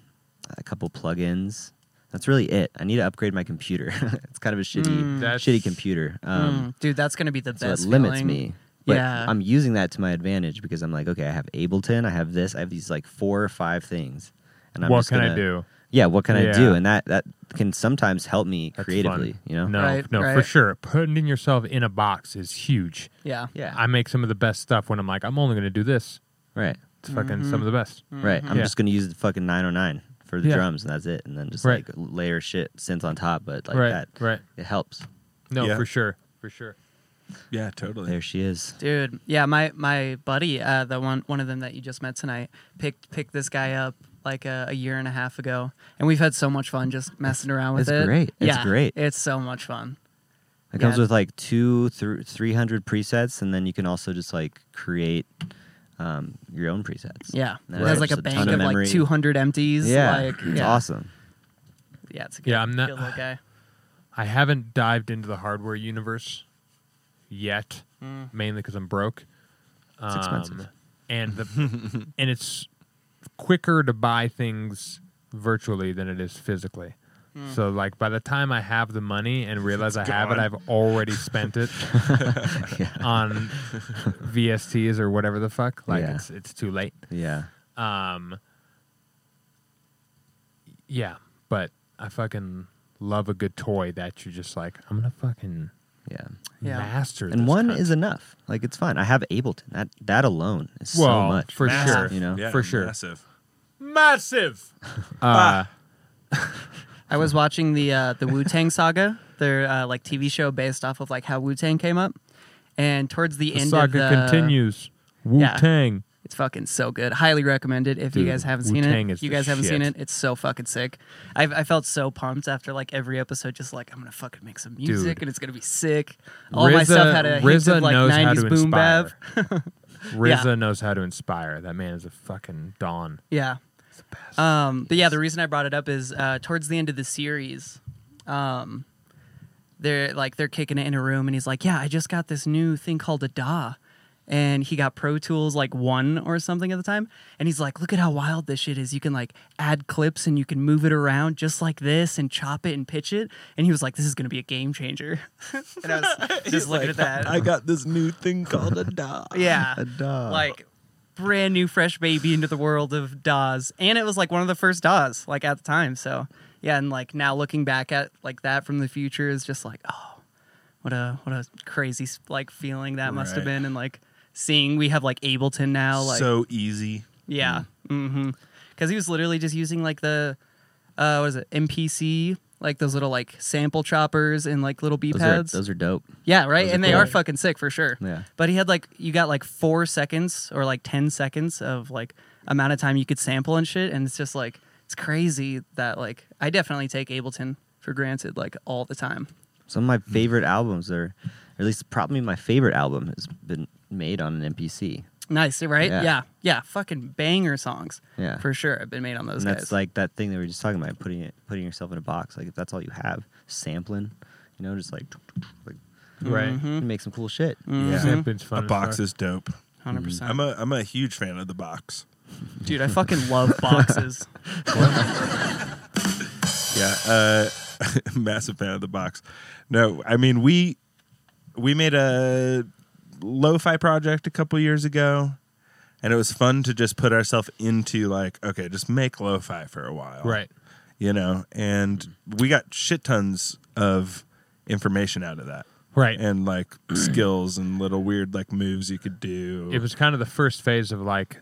Speaker 4: a couple plugins. That's really it. I need to upgrade my computer. it's kind of a shitty
Speaker 1: Mm.
Speaker 2: That's-
Speaker 4: shitty computer. Um,
Speaker 1: Mm, dude that's gonna be the
Speaker 4: so it
Speaker 1: best
Speaker 4: limits
Speaker 1: feeling.
Speaker 4: me. But
Speaker 1: Yeah.
Speaker 4: I'm using that to my advantage because I'm like, okay, I have Ableton, I have this, I have these like four or five things And I'm
Speaker 2: what
Speaker 4: just
Speaker 2: can I
Speaker 4: gonna-
Speaker 2: do?
Speaker 4: Yeah, what can I do?
Speaker 2: Yeah.
Speaker 4: And that that can sometimes help me
Speaker 2: That's fun.
Speaker 4: creatively. You know.
Speaker 2: No,
Speaker 1: Right,
Speaker 2: no, for
Speaker 1: right.
Speaker 2: sure. Putting yourself in a box is huge.
Speaker 1: Yeah.
Speaker 4: Yeah.
Speaker 2: I make some of the best stuff when I'm like, I'm only going to do this.
Speaker 4: right.
Speaker 2: It's fucking
Speaker 1: Mm-hmm.
Speaker 2: some of the best.
Speaker 4: Right. I'm
Speaker 2: Yeah.
Speaker 4: just gonna use the fucking 909 for the
Speaker 2: Mm-hmm. Yeah.
Speaker 4: drums, and that's it. And then just
Speaker 2: Right.
Speaker 4: like layer shit synth on top, but like
Speaker 2: right,
Speaker 4: that,
Speaker 2: right.
Speaker 4: it helps.
Speaker 2: No,
Speaker 3: Yeah.
Speaker 2: for sure, for sure.
Speaker 3: Yeah, totally.
Speaker 4: There she is.
Speaker 1: Dude, yeah, my my buddy, uh, the one one of them that you just met tonight, picked picked this guy up like uh, a, a year and a half ago, and we've had so much fun just messing around with
Speaker 4: it's
Speaker 1: it.
Speaker 4: great. It's
Speaker 1: yeah,
Speaker 4: great.
Speaker 1: It's so much fun.
Speaker 4: It comes
Speaker 1: Yeah.
Speaker 4: with like two, th- three hundred presets, and then you can also just like create um, your own presets.
Speaker 1: Yeah,
Speaker 4: That's
Speaker 1: it has like a
Speaker 4: just a
Speaker 1: bank
Speaker 4: ton
Speaker 1: of,
Speaker 4: of
Speaker 1: like
Speaker 4: memory.
Speaker 1: 200 empties.
Speaker 4: Yeah,
Speaker 1: like,
Speaker 4: it's
Speaker 1: yeah.
Speaker 4: awesome.
Speaker 1: Yeah, it's a good,
Speaker 2: Yeah, I'm not-
Speaker 1: good little guy.
Speaker 2: I haven't dived into the hardware universe yet,
Speaker 1: Mm.
Speaker 2: mainly because I'm broke.
Speaker 4: It's expensive.
Speaker 2: and the and it's quicker to buy things virtually than it is physically.
Speaker 4: Hmm.
Speaker 2: So like by the time I have the money and realize I have it,
Speaker 3: gone.
Speaker 2: I've already spent it on VSTs or whatever the fuck. Like
Speaker 4: Yeah.
Speaker 2: it's it's too late.
Speaker 4: Yeah.
Speaker 2: Um, yeah, but I fucking love a good toy that you're just like, I'm gonna fucking
Speaker 4: Yeah.
Speaker 1: Yeah.
Speaker 2: master.
Speaker 4: And
Speaker 2: this
Speaker 4: one
Speaker 2: cunt.
Speaker 4: is enough. Like it's fun. I have Ableton. That that alone is so
Speaker 2: Well,
Speaker 4: much.
Speaker 2: for
Speaker 3: Massive.
Speaker 2: sure,
Speaker 4: You know?
Speaker 3: Yeah,
Speaker 2: for sure,
Speaker 3: Massive.
Speaker 2: massive. Uh,
Speaker 3: Ah.
Speaker 1: I was watching the uh, the Wu Tang Saga, their uh, like TV show based off of like how Wu Tang came up, and towards the,
Speaker 2: the
Speaker 1: end
Speaker 2: saga
Speaker 1: of the
Speaker 2: continues. Wu Tang.
Speaker 1: It's fucking so good. Highly recommended if
Speaker 2: Dude,
Speaker 1: you guys haven't seen
Speaker 2: Wu-Tang
Speaker 1: it.
Speaker 2: is
Speaker 1: If you
Speaker 2: the
Speaker 1: guys haven't seen
Speaker 2: shit.
Speaker 1: it, it's so fucking sick. i I felt so pumped after like every episode, just like I'm gonna fucking make some music
Speaker 2: Dude.
Speaker 1: and it's gonna be sick. All my stuff had a hint of like
Speaker 2: knows how to
Speaker 1: '90s boom bap.
Speaker 2: inspire. RZA knows how to inspire. That man is a fucking don.
Speaker 1: Yeah. Um, but yeah, the reason I brought it up is uh, towards the end of the series, um, they're like they're kicking it in a room, and he's like, "Yeah, I just got this new thing called a DAW," and he got Pro Tools like one or something at the time, and he's like, "Look at how wild this shit is! You can like add clips, and you can move it around just like this, and chop it and pitch it." And he was like, "This is gonna be a game changer," and I was just looking at that.
Speaker 3: I got this new thing called a dog.
Speaker 1: yeah,
Speaker 4: duh.
Speaker 1: like brand new fresh baby into the world of DAWs. And it was like one of the first DAWs, like at the time. So yeah, and like now looking back at like that from the future is just like, oh, what a what a crazy like feeling that must have
Speaker 3: Right.
Speaker 1: been and like seeing we have like Ableton now, like
Speaker 3: so Hmm. easy.
Speaker 1: yeah. Mm-hmm. Cause he was literally just using like the uh what is it, MPC like those little like sample choppers and like little B
Speaker 4: Those are,
Speaker 1: pads.
Speaker 4: those are dope.
Speaker 1: Yeah, right.
Speaker 4: Those are
Speaker 1: And they are
Speaker 4: cool.
Speaker 1: fucking sick for sure.
Speaker 4: Yeah.
Speaker 1: But he had like you got like four seconds or like ten seconds of like amount of time you could sample and shit, and it's just like it's crazy that like I definitely take Ableton for granted like all the time.
Speaker 4: Some of my
Speaker 2: Hmm.
Speaker 4: favorite albums are, or at least probably my favorite album has been made on an MPC.
Speaker 1: Nice, right?
Speaker 4: Yeah.
Speaker 1: Yeah, yeah. Fucking banger songs.
Speaker 4: Yeah.
Speaker 1: For sure. I've been made on those
Speaker 4: and
Speaker 1: guys.
Speaker 4: that's like that thing that we were just talking about, putting it, putting yourself in a box. Like if that's all you have, sampling, you know, just like, like
Speaker 2: Right.
Speaker 4: you make some cool shit.
Speaker 2: Hmm.
Speaker 3: Yeah.
Speaker 2: Sampling's Mm-hmm. fun
Speaker 3: A
Speaker 2: as
Speaker 3: box
Speaker 2: fuck.
Speaker 3: is dope.
Speaker 4: mm.
Speaker 1: 100 percent
Speaker 3: I'm a I'm a huge fan of the box.
Speaker 1: dude, I fucking love boxes.
Speaker 3: Yeah, uh, massive fan of the box. No, I mean we we made a lo-fi project a couple years ago, and it was fun to just put ourselves into like, okay, just make lo-fi for a while,
Speaker 2: Right.
Speaker 3: You know, and we got shit tons of information out of that,
Speaker 2: Right.
Speaker 3: and like skills and little weird like moves you could do.
Speaker 2: it was kind of the first phase of like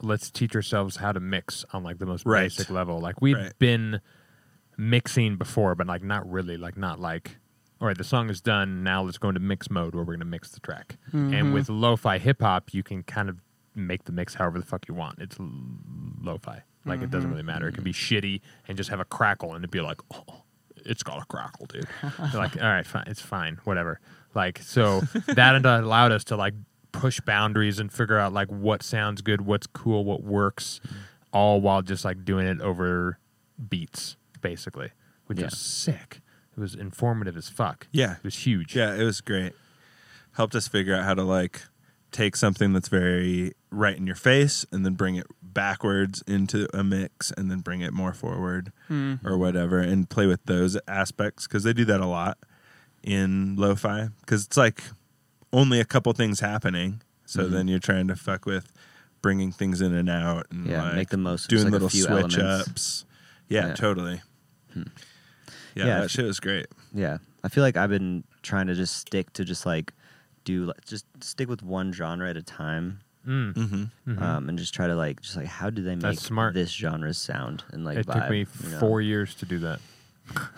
Speaker 2: let's teach ourselves how to mix on like the most
Speaker 3: Right.
Speaker 2: basic level like we had
Speaker 3: Right.
Speaker 2: been mixing before but like not really like not like all right the song is done now let's go into mix mode where we're going to mix the track and with lo-fi hip-hop you can kind of make the mix however the fuck you want it's l- lo-fi like it doesn't really matter it can be
Speaker 3: Mm-hmm.
Speaker 2: shitty and just have a crackle and it'd be like oh it's got a crackle dude They're like all right fine it's fine whatever like so that uh, allowed us to like push boundaries and figure out like what sounds good what's cool what works all while just like doing it over beats basically which
Speaker 4: Yeah.
Speaker 2: is sick it was informative as fuck
Speaker 3: Yeah.
Speaker 2: it was huge
Speaker 3: Yeah, it was great. Helped us figure out how to like take something that's very right in your face and then bring it backwards into a mix and then bring it more forward
Speaker 1: Hmm.
Speaker 4: Mm-hmm.
Speaker 3: or whatever and play with those aspects because they do that a lot in lo-fi
Speaker 4: Mm-hmm.
Speaker 3: because it's like only a couple things happening so then you're trying to fuck with bringing things in and out and
Speaker 4: Yeah,
Speaker 3: like,
Speaker 4: make the most of
Speaker 3: doing
Speaker 4: just, like, a
Speaker 3: little
Speaker 4: few
Speaker 3: switch
Speaker 4: elements.
Speaker 3: ups. Yeah,
Speaker 4: Yeah. Hmm.
Speaker 3: totally. Yeah,
Speaker 4: Yeah,
Speaker 3: that
Speaker 4: if-
Speaker 3: shit was great.
Speaker 4: Yeah, I feel like I've been trying to just stick to just like do like, just stick with one genre at a time,
Speaker 2: Mm.
Speaker 3: Mm-hmm.
Speaker 4: um, and just try to like just like how do they make
Speaker 2: That's smart.
Speaker 4: this genre sound and like
Speaker 2: it
Speaker 4: vibe,
Speaker 2: took me
Speaker 4: you know?
Speaker 2: four years to do that.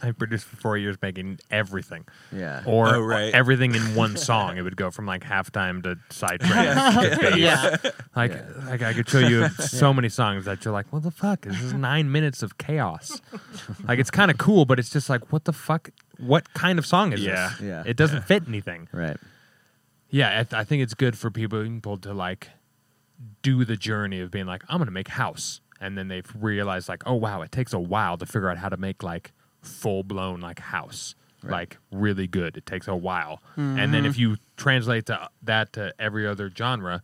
Speaker 2: I produced for four years making everything,
Speaker 4: yeah
Speaker 2: or
Speaker 3: Oh, right.
Speaker 2: everything in one song. It would go from like halftime to sidetrack.
Speaker 3: Yeah.
Speaker 2: to bass.
Speaker 1: yeah.
Speaker 2: Like, like I could show you so many songs that you're like, what the fuck? This is nine minutes of chaos. Like it's kind of cool, but it's just like, what the fuck? What kind of song is
Speaker 3: Yeah.
Speaker 2: this?
Speaker 4: Yeah.
Speaker 2: It doesn't fit anything.
Speaker 4: right
Speaker 2: Yeah, I, th- I think it's good for people to like do the journey of being like, I'm gonna make house, and then they've realized like, oh wow, it takes a while to figure out how to make like full blown like house, like really good. It takes a while, and
Speaker 3: Mm-hmm.
Speaker 2: then if you translate to, that to every other genre,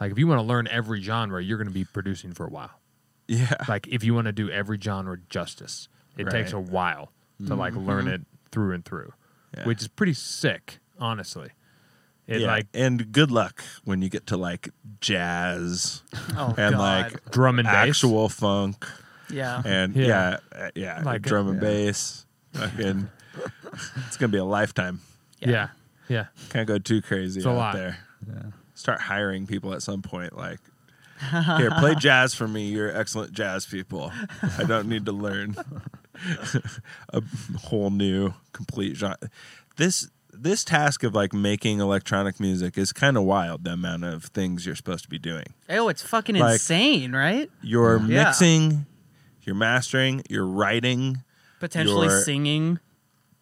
Speaker 2: like if you want to learn every genre, you're gonna be producing for a while.
Speaker 3: Yeah.
Speaker 2: Like if you want to do every genre justice, it takes a
Speaker 3: Right. Mm-hmm.
Speaker 2: while to like learn it through and through,
Speaker 3: Yeah.
Speaker 2: which is pretty sick, honestly. It
Speaker 3: yeah.
Speaker 2: like
Speaker 3: and good luck when you get to like jazz
Speaker 1: Oh
Speaker 3: and
Speaker 1: god.
Speaker 3: like
Speaker 2: drum and bass.
Speaker 3: actual funk
Speaker 1: yeah.
Speaker 3: and yeah
Speaker 2: Yeah.
Speaker 3: yeah, yeah
Speaker 2: Like,
Speaker 3: drum and
Speaker 4: yeah.
Speaker 3: bass. Fucking, it's gonna be a lifetime.
Speaker 2: yeah. yeah,
Speaker 3: Can't go too crazy
Speaker 2: It's a
Speaker 3: out
Speaker 2: lot.
Speaker 3: there. Start hiring people at some point. Like, here, play jazz for me. You're excellent jazz people. I don't need to learn a whole new complete genre. This this task of like making electronic music is kind of wild. The amount of things you're supposed to be doing.
Speaker 1: Oh, it's fucking
Speaker 3: Like-
Speaker 1: insane, right?
Speaker 3: You're
Speaker 1: Yeah.
Speaker 3: mixing, you're mastering, you're writing.
Speaker 1: Potentially
Speaker 3: Your-
Speaker 1: singing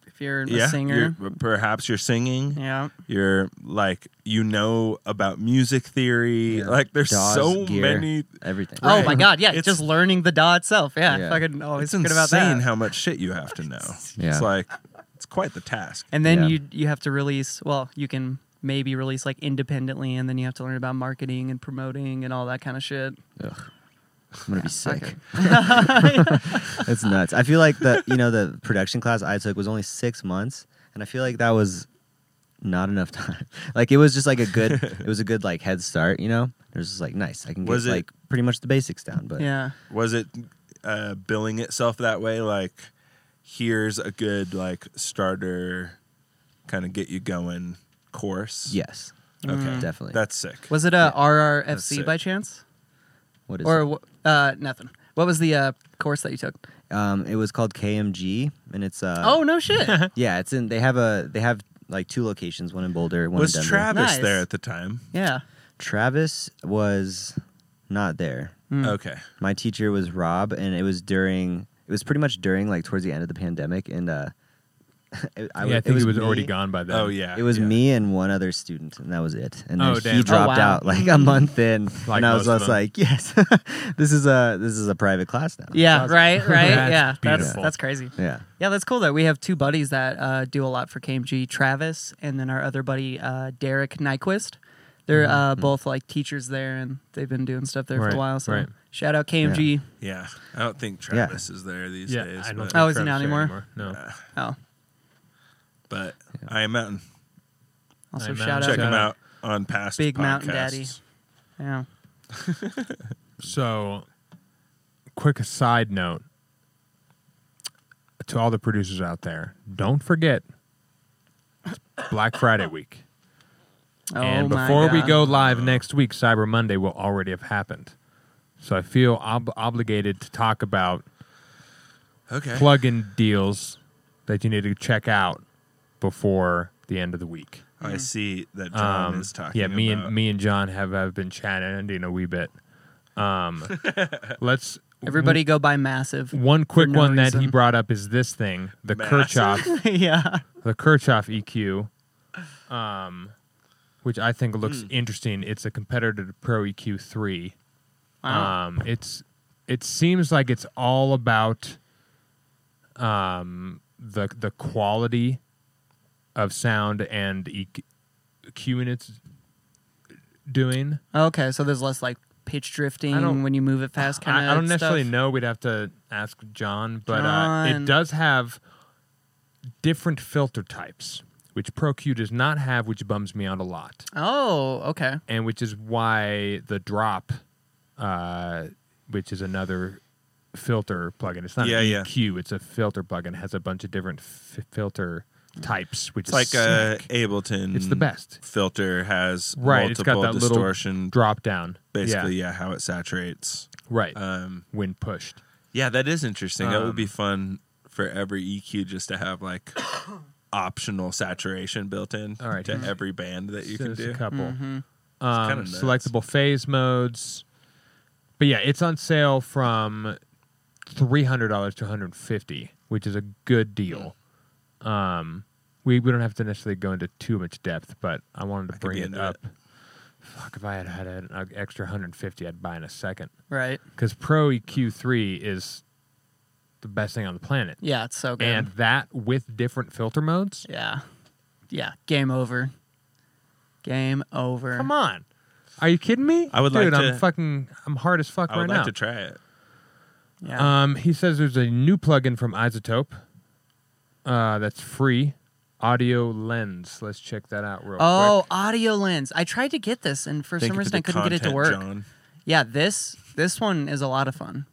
Speaker 1: if you're a
Speaker 3: yeah,
Speaker 1: singer.
Speaker 3: you're- perhaps you're singing.
Speaker 1: yeah.
Speaker 3: you're like you know about music theory like there's
Speaker 4: Jaws,
Speaker 3: so
Speaker 4: gear,
Speaker 3: many
Speaker 4: everything
Speaker 1: Oh my god, yeah,
Speaker 3: It's-
Speaker 1: just learning the DAW itself. Yeah.
Speaker 4: Yeah.
Speaker 1: Fucking always
Speaker 3: it's
Speaker 1: forget
Speaker 3: insane
Speaker 1: about that.
Speaker 3: how much shit you have to know
Speaker 4: Yeah.
Speaker 3: it's like it's quite the task
Speaker 1: and then
Speaker 4: Yeah.
Speaker 1: you you have to release well, you can maybe release like independently and then you have to learn about marketing and promoting and all that kind of shit.
Speaker 4: Ugh. I'm gonna be sick.
Speaker 1: Okay.
Speaker 4: It's nuts. I feel like the you know the production class I took was only six months, and I feel like that was not enough time. Like it was just like a good, it was a good like head start. You know, it was just like nice. I can get
Speaker 3: Was it-
Speaker 4: like pretty much the basics down. But
Speaker 1: Yeah.
Speaker 3: was it uh billing itself that way like here's a good like starter kind of get you going course
Speaker 4: yes,
Speaker 3: okay
Speaker 1: Mm.
Speaker 4: definitely.
Speaker 3: that's sick
Speaker 1: Was it a
Speaker 3: That's
Speaker 1: RRFC
Speaker 3: sick.
Speaker 1: by chance?
Speaker 4: what is
Speaker 1: Or wh- uh nothing. What was the uh course that you took?
Speaker 4: it? Um, it was called KMG, and it's uh
Speaker 1: oh no shit.
Speaker 4: yeah, it's in they have a they have like two locations, one in Boulder, one
Speaker 3: was
Speaker 4: in Denver.
Speaker 3: travis
Speaker 1: Nice.
Speaker 3: there at the time
Speaker 1: yeah.
Speaker 4: Travis was not there.
Speaker 1: Mm.
Speaker 3: okay
Speaker 4: my teacher was Rob, and it was during it was pretty much during like towards the end of the pandemic, and uh, it, I,
Speaker 2: yeah, I think he was
Speaker 4: me-
Speaker 2: already gone by then.
Speaker 3: oh yeah
Speaker 4: It was
Speaker 3: yeah.
Speaker 4: me and one other student, and that was it. And
Speaker 2: Oh,
Speaker 4: then
Speaker 2: damn.
Speaker 4: he
Speaker 2: Oh,
Speaker 4: dropped
Speaker 1: wow. Mm-hmm.
Speaker 4: out like a month in,
Speaker 2: Like
Speaker 4: and I was
Speaker 2: most of
Speaker 4: just
Speaker 2: them.
Speaker 4: like, "Yes, this is a this is a private class now."
Speaker 1: Yeah,
Speaker 2: That's-
Speaker 1: right, right.
Speaker 2: that's
Speaker 1: yeah. That's
Speaker 2: beautiful.
Speaker 1: that's crazy.
Speaker 4: yeah,
Speaker 1: Yeah, that's cool though. We have two buddies that uh, do a lot for KMG, Travis, and then our other buddy uh, Derek Nyquist. They're uh, both like teachers there, and they've been doing stuff there for
Speaker 2: Mm-hmm. Right,
Speaker 1: a while. So
Speaker 2: right.
Speaker 1: shout out KMG.
Speaker 3: yeah i don't think travis is there these
Speaker 2: yeah.
Speaker 3: days
Speaker 2: I don't
Speaker 3: but-
Speaker 2: think
Speaker 1: Oh, is he
Speaker 2: Travis
Speaker 1: not
Speaker 2: there
Speaker 1: anymore?
Speaker 2: No.
Speaker 1: Oh,
Speaker 3: but I am Mountain.
Speaker 1: also
Speaker 2: Iron Man.
Speaker 1: shout out,
Speaker 3: Check him
Speaker 2: Shout
Speaker 3: out
Speaker 2: out.
Speaker 3: on past
Speaker 1: Big Mountain
Speaker 3: podcasts.
Speaker 1: Daddy. Yeah.
Speaker 2: So, quick aside note to all the producers out there: don't forget it's Black Friday week,
Speaker 1: Oh
Speaker 2: and
Speaker 1: my
Speaker 2: before we
Speaker 1: God.
Speaker 2: go live next week, Cyber Monday will already have happened. So I feel ob- obligated to talk about
Speaker 3: Okay.
Speaker 2: plug-in deals that you need to check out before the end of the week.
Speaker 3: I see that John
Speaker 2: Um,
Speaker 3: is talking.
Speaker 2: Yeah, me
Speaker 3: about-
Speaker 2: and me and John have, have been chatting a wee bit. Um, let's
Speaker 1: everybody go buy Massive.
Speaker 2: One quick
Speaker 1: no
Speaker 2: one that he
Speaker 1: reason.
Speaker 2: brought up is this thing: the
Speaker 3: Massive?
Speaker 2: Kirchhoff,
Speaker 1: yeah.
Speaker 2: the Kirchhoff EQ, um, which I think
Speaker 3: Hmm.
Speaker 2: looks interesting. It's a competitor to Pro EQ three.
Speaker 1: Wow.
Speaker 2: Um, it's it seems like it's all about um, the the quality of sound and E EQ EQing it's doing.
Speaker 1: okay, so there's less like pitch drifting
Speaker 2: don't-
Speaker 1: when you move it fast. Kind of.
Speaker 2: I, I don't necessarily know. We'd have to ask John, but Uh,
Speaker 1: John.
Speaker 2: it does have different filter types, which ProQ does not have, which bums me out a lot,
Speaker 1: Oh, okay.
Speaker 2: and which is why the drop, uh, which is another filter plugin. It's not
Speaker 3: Yeah,
Speaker 2: an
Speaker 3: yeah.
Speaker 2: EQ. It's a filter plugin. It has a bunch of different f- filter types, which
Speaker 3: It's
Speaker 2: is
Speaker 3: like uh,
Speaker 2: sick.
Speaker 3: Ableton.
Speaker 2: It's the best.
Speaker 3: Filter has
Speaker 2: Right, it's got
Speaker 3: multiple
Speaker 2: that little
Speaker 3: distortion.
Speaker 2: drop down.
Speaker 3: basically,
Speaker 2: yeah.
Speaker 3: yeah. how it saturates.
Speaker 2: right
Speaker 3: Um,
Speaker 2: when pushed.
Speaker 3: yeah, that is interesting. that would be
Speaker 2: Um,
Speaker 3: fun for every EQ just to have like optional saturation built in
Speaker 2: All right,
Speaker 3: to
Speaker 2: here's-
Speaker 3: every band that
Speaker 2: So
Speaker 3: you can
Speaker 2: there's
Speaker 3: do.
Speaker 2: a couple.
Speaker 1: hmm
Speaker 2: um,
Speaker 3: kinda nuts.
Speaker 2: selectable phase modes. But yeah, it's on sale from three hundred dollars to one hundred fifty, which is a good deal. Um, we we don't have to necessarily go into too much depth, but I wanted to
Speaker 3: I could
Speaker 2: bring
Speaker 3: be
Speaker 2: it
Speaker 3: into
Speaker 2: up. Fuck, if I had had an uh, extra hundred fifty, I'd buy in a second.
Speaker 1: Right.
Speaker 2: Because Pro EQ three is the best thing on the planet,
Speaker 1: Yeah, it's so good.
Speaker 2: and that with different filter modes.
Speaker 1: yeah. Yeah. Game over. Game over.
Speaker 2: Come on, are you kidding me?
Speaker 3: I would
Speaker 2: Dude,
Speaker 3: like
Speaker 2: I'm
Speaker 3: to-
Speaker 2: fucking. I'm hard as fuck
Speaker 3: I would
Speaker 2: right
Speaker 3: like
Speaker 2: now.
Speaker 3: to try it.
Speaker 1: Yeah.
Speaker 2: Um, he says there's a new plugin from Isotope uh, that's free, Audio Lens. Let's check that out real
Speaker 1: oh,
Speaker 2: quick.
Speaker 1: audio lens. I tried to get this, and for
Speaker 3: Think
Speaker 1: some
Speaker 3: of
Speaker 1: reason
Speaker 3: the
Speaker 1: I couldn't get it to
Speaker 3: content,
Speaker 1: work.
Speaker 3: John.
Speaker 1: Yeah, this this one is a lot of fun.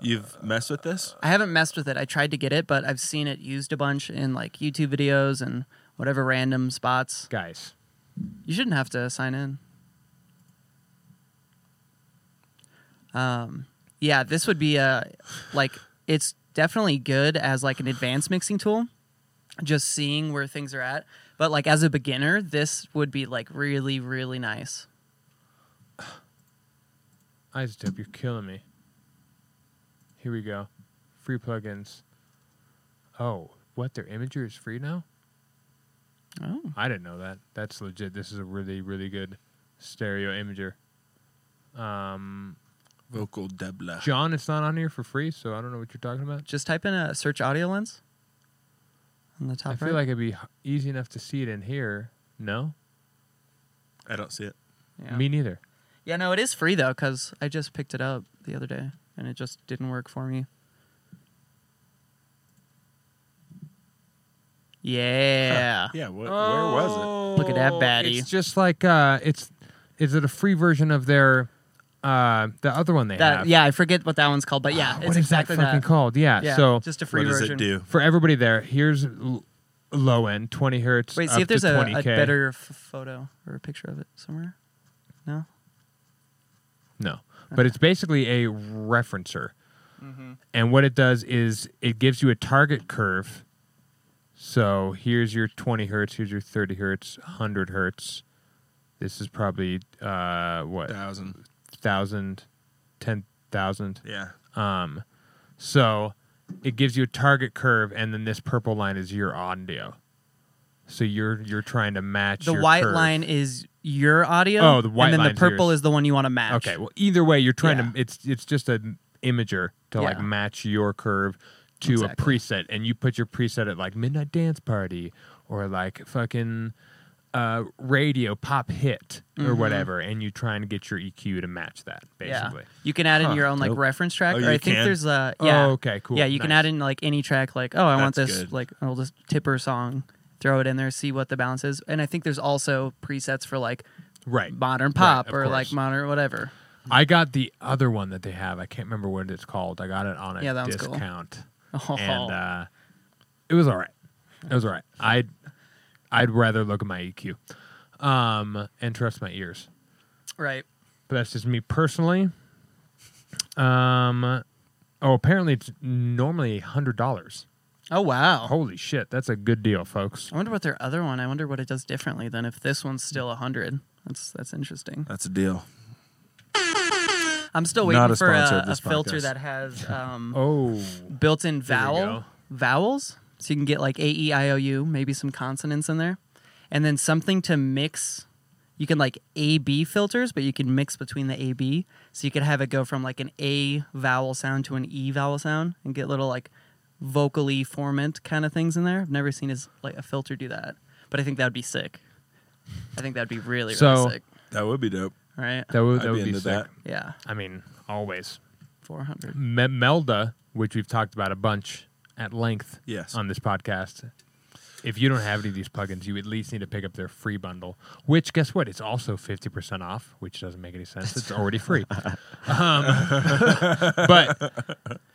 Speaker 3: You've messed with this?
Speaker 1: I haven't messed with it. I tried to get it, but I've seen it used a bunch in like YouTube videos and whatever random spots.
Speaker 2: guys,
Speaker 1: You shouldn't have to sign in. Um, yeah, this would be a like it's definitely good as like an advanced mixing tool, just seeing where things are at. But like as a beginner, this would be like really really nice.
Speaker 2: Isotope, you're killing me. Here we go, free plugins. Oh, what? Their imager is free now?
Speaker 1: Oh,
Speaker 2: I didn't know that. That's legit. This is a really, really good stereo imager. Um,
Speaker 3: Vocal doubler.
Speaker 2: John, it's not on here for free, so I don't know what you're talking about.
Speaker 1: just type in a search audio lens on the top
Speaker 2: I feel
Speaker 1: right.
Speaker 2: like it'd be h- easy enough to see it in here. No,
Speaker 3: I don't see it.
Speaker 1: yeah.
Speaker 2: me neither.
Speaker 1: yeah, no, it is free though because I just picked it up the other day and it just didn't work for me. Yeah.
Speaker 3: Yeah, wh- where was
Speaker 2: Oh,
Speaker 1: Look at that baddie.
Speaker 2: It's just like uh, it's is it a free version of their uh the other one they
Speaker 1: That,
Speaker 2: have?
Speaker 1: yeah, I forget what that one's called, but yeah,
Speaker 2: What
Speaker 1: it's
Speaker 2: is
Speaker 1: exactly
Speaker 2: that fucking
Speaker 1: that.
Speaker 2: called? Yeah.
Speaker 1: Yeah,
Speaker 2: So
Speaker 1: just a
Speaker 3: it? What
Speaker 1: free
Speaker 3: does
Speaker 1: version.
Speaker 3: it do?
Speaker 2: for everybody there, here's l- low end, twenty hertz.
Speaker 1: Wait,
Speaker 2: up
Speaker 1: see if there's
Speaker 2: to
Speaker 1: a, a
Speaker 2: 20K.
Speaker 1: better f- photo or a picture of it somewhere. No.
Speaker 2: No, but it's basically a referencer,
Speaker 1: Mm-hmm.
Speaker 2: and what it does is it gives you a target curve. So here's your 20 hertz, here's your 30 hertz, 100 hertz. This is probably uh, what
Speaker 3: Thousand.
Speaker 2: thousand, ten thousand.
Speaker 3: Yeah.
Speaker 2: Um, so it gives you a target curve, and then this purple line is your audio. So you're you're trying to match
Speaker 1: The
Speaker 2: your
Speaker 1: white
Speaker 2: curve.
Speaker 1: line is your audio.
Speaker 2: Oh, the white
Speaker 1: And then the
Speaker 2: line's yours.
Speaker 1: purple is the one you want to match.
Speaker 2: Okay. Well, either way, you're trying
Speaker 1: Yeah.
Speaker 2: to. It's it's just an imager to like
Speaker 1: Yeah.
Speaker 2: match your curve to
Speaker 1: Exactly.
Speaker 2: a preset, and you put your preset at like midnight dance party or like fucking uh, radio pop hit or whatever, and you trying to get your EQ to match that basically.
Speaker 1: Mm-hmm. Yeah. You can add in
Speaker 2: Huh.
Speaker 1: your own like
Speaker 3: Dope.
Speaker 1: reference track,
Speaker 3: Oh,
Speaker 1: or
Speaker 3: you
Speaker 1: I think
Speaker 3: can?
Speaker 1: there's a yeah.
Speaker 2: Oh, okay, cool.
Speaker 1: Yeah, you can
Speaker 2: Nice.
Speaker 1: add in like any track, like oh, I want
Speaker 3: That's
Speaker 1: this
Speaker 3: good.
Speaker 1: like I'll just tipper song, throw it in there, see what the balance is, and I think there's also presets for like
Speaker 2: Right.
Speaker 1: modern
Speaker 2: Right,
Speaker 1: pop
Speaker 2: of
Speaker 1: or like
Speaker 2: course.
Speaker 1: modern whatever.
Speaker 2: I got the other one that they have. I can't remember what it's called. I got it on a
Speaker 1: Yeah, that one's cool.
Speaker 2: discount,
Speaker 1: Oh,
Speaker 2: and uh, it was all right. It was all right. I'd I'd rather look at my EQ um, and trust my ears.
Speaker 1: right.
Speaker 2: But that's just me personally. Um, oh, apparently it's normally hundred dollars.
Speaker 1: Oh wow.
Speaker 2: Holy shit, that's a good deal, folks.
Speaker 1: I wonder what their other one. I wonder what it does differently than if this one's still a hundred. That's that's interesting.
Speaker 3: That's a deal.
Speaker 1: I'm still waiting
Speaker 3: Not a
Speaker 1: for
Speaker 3: sponsor
Speaker 1: a,
Speaker 3: of
Speaker 1: a
Speaker 3: this
Speaker 1: filter
Speaker 3: podcast.
Speaker 1: that has um,
Speaker 2: Oh,
Speaker 1: built-in
Speaker 2: There we
Speaker 1: vowel
Speaker 2: go.
Speaker 1: vowels, so you can get like a e i o u, maybe some consonants in there, and then something to mix. You can like a b filters, but you can mix between the a b, so you could have it go from like an a vowel sound to an e vowel sound, and get little like vocally formant kind of things in there. I've never seen as like a filter do that, but I think that'd be sick. I think that'd be really
Speaker 2: So-
Speaker 1: really sick,
Speaker 3: That would be dope.
Speaker 1: right?
Speaker 2: that would
Speaker 3: I'd
Speaker 2: that would
Speaker 3: be
Speaker 2: be,
Speaker 3: into
Speaker 2: sick.
Speaker 3: that.
Speaker 1: Yeah,
Speaker 2: I mean, always.
Speaker 1: four hundred.
Speaker 2: Me- Melda, which we've talked about a bunch at length
Speaker 3: Yes.
Speaker 2: on this podcast. If you don't have any of these plugins, you at least need to pick up their free bundle, which guess what? It's also 50% off, which doesn't make any sense. It's already free. um, but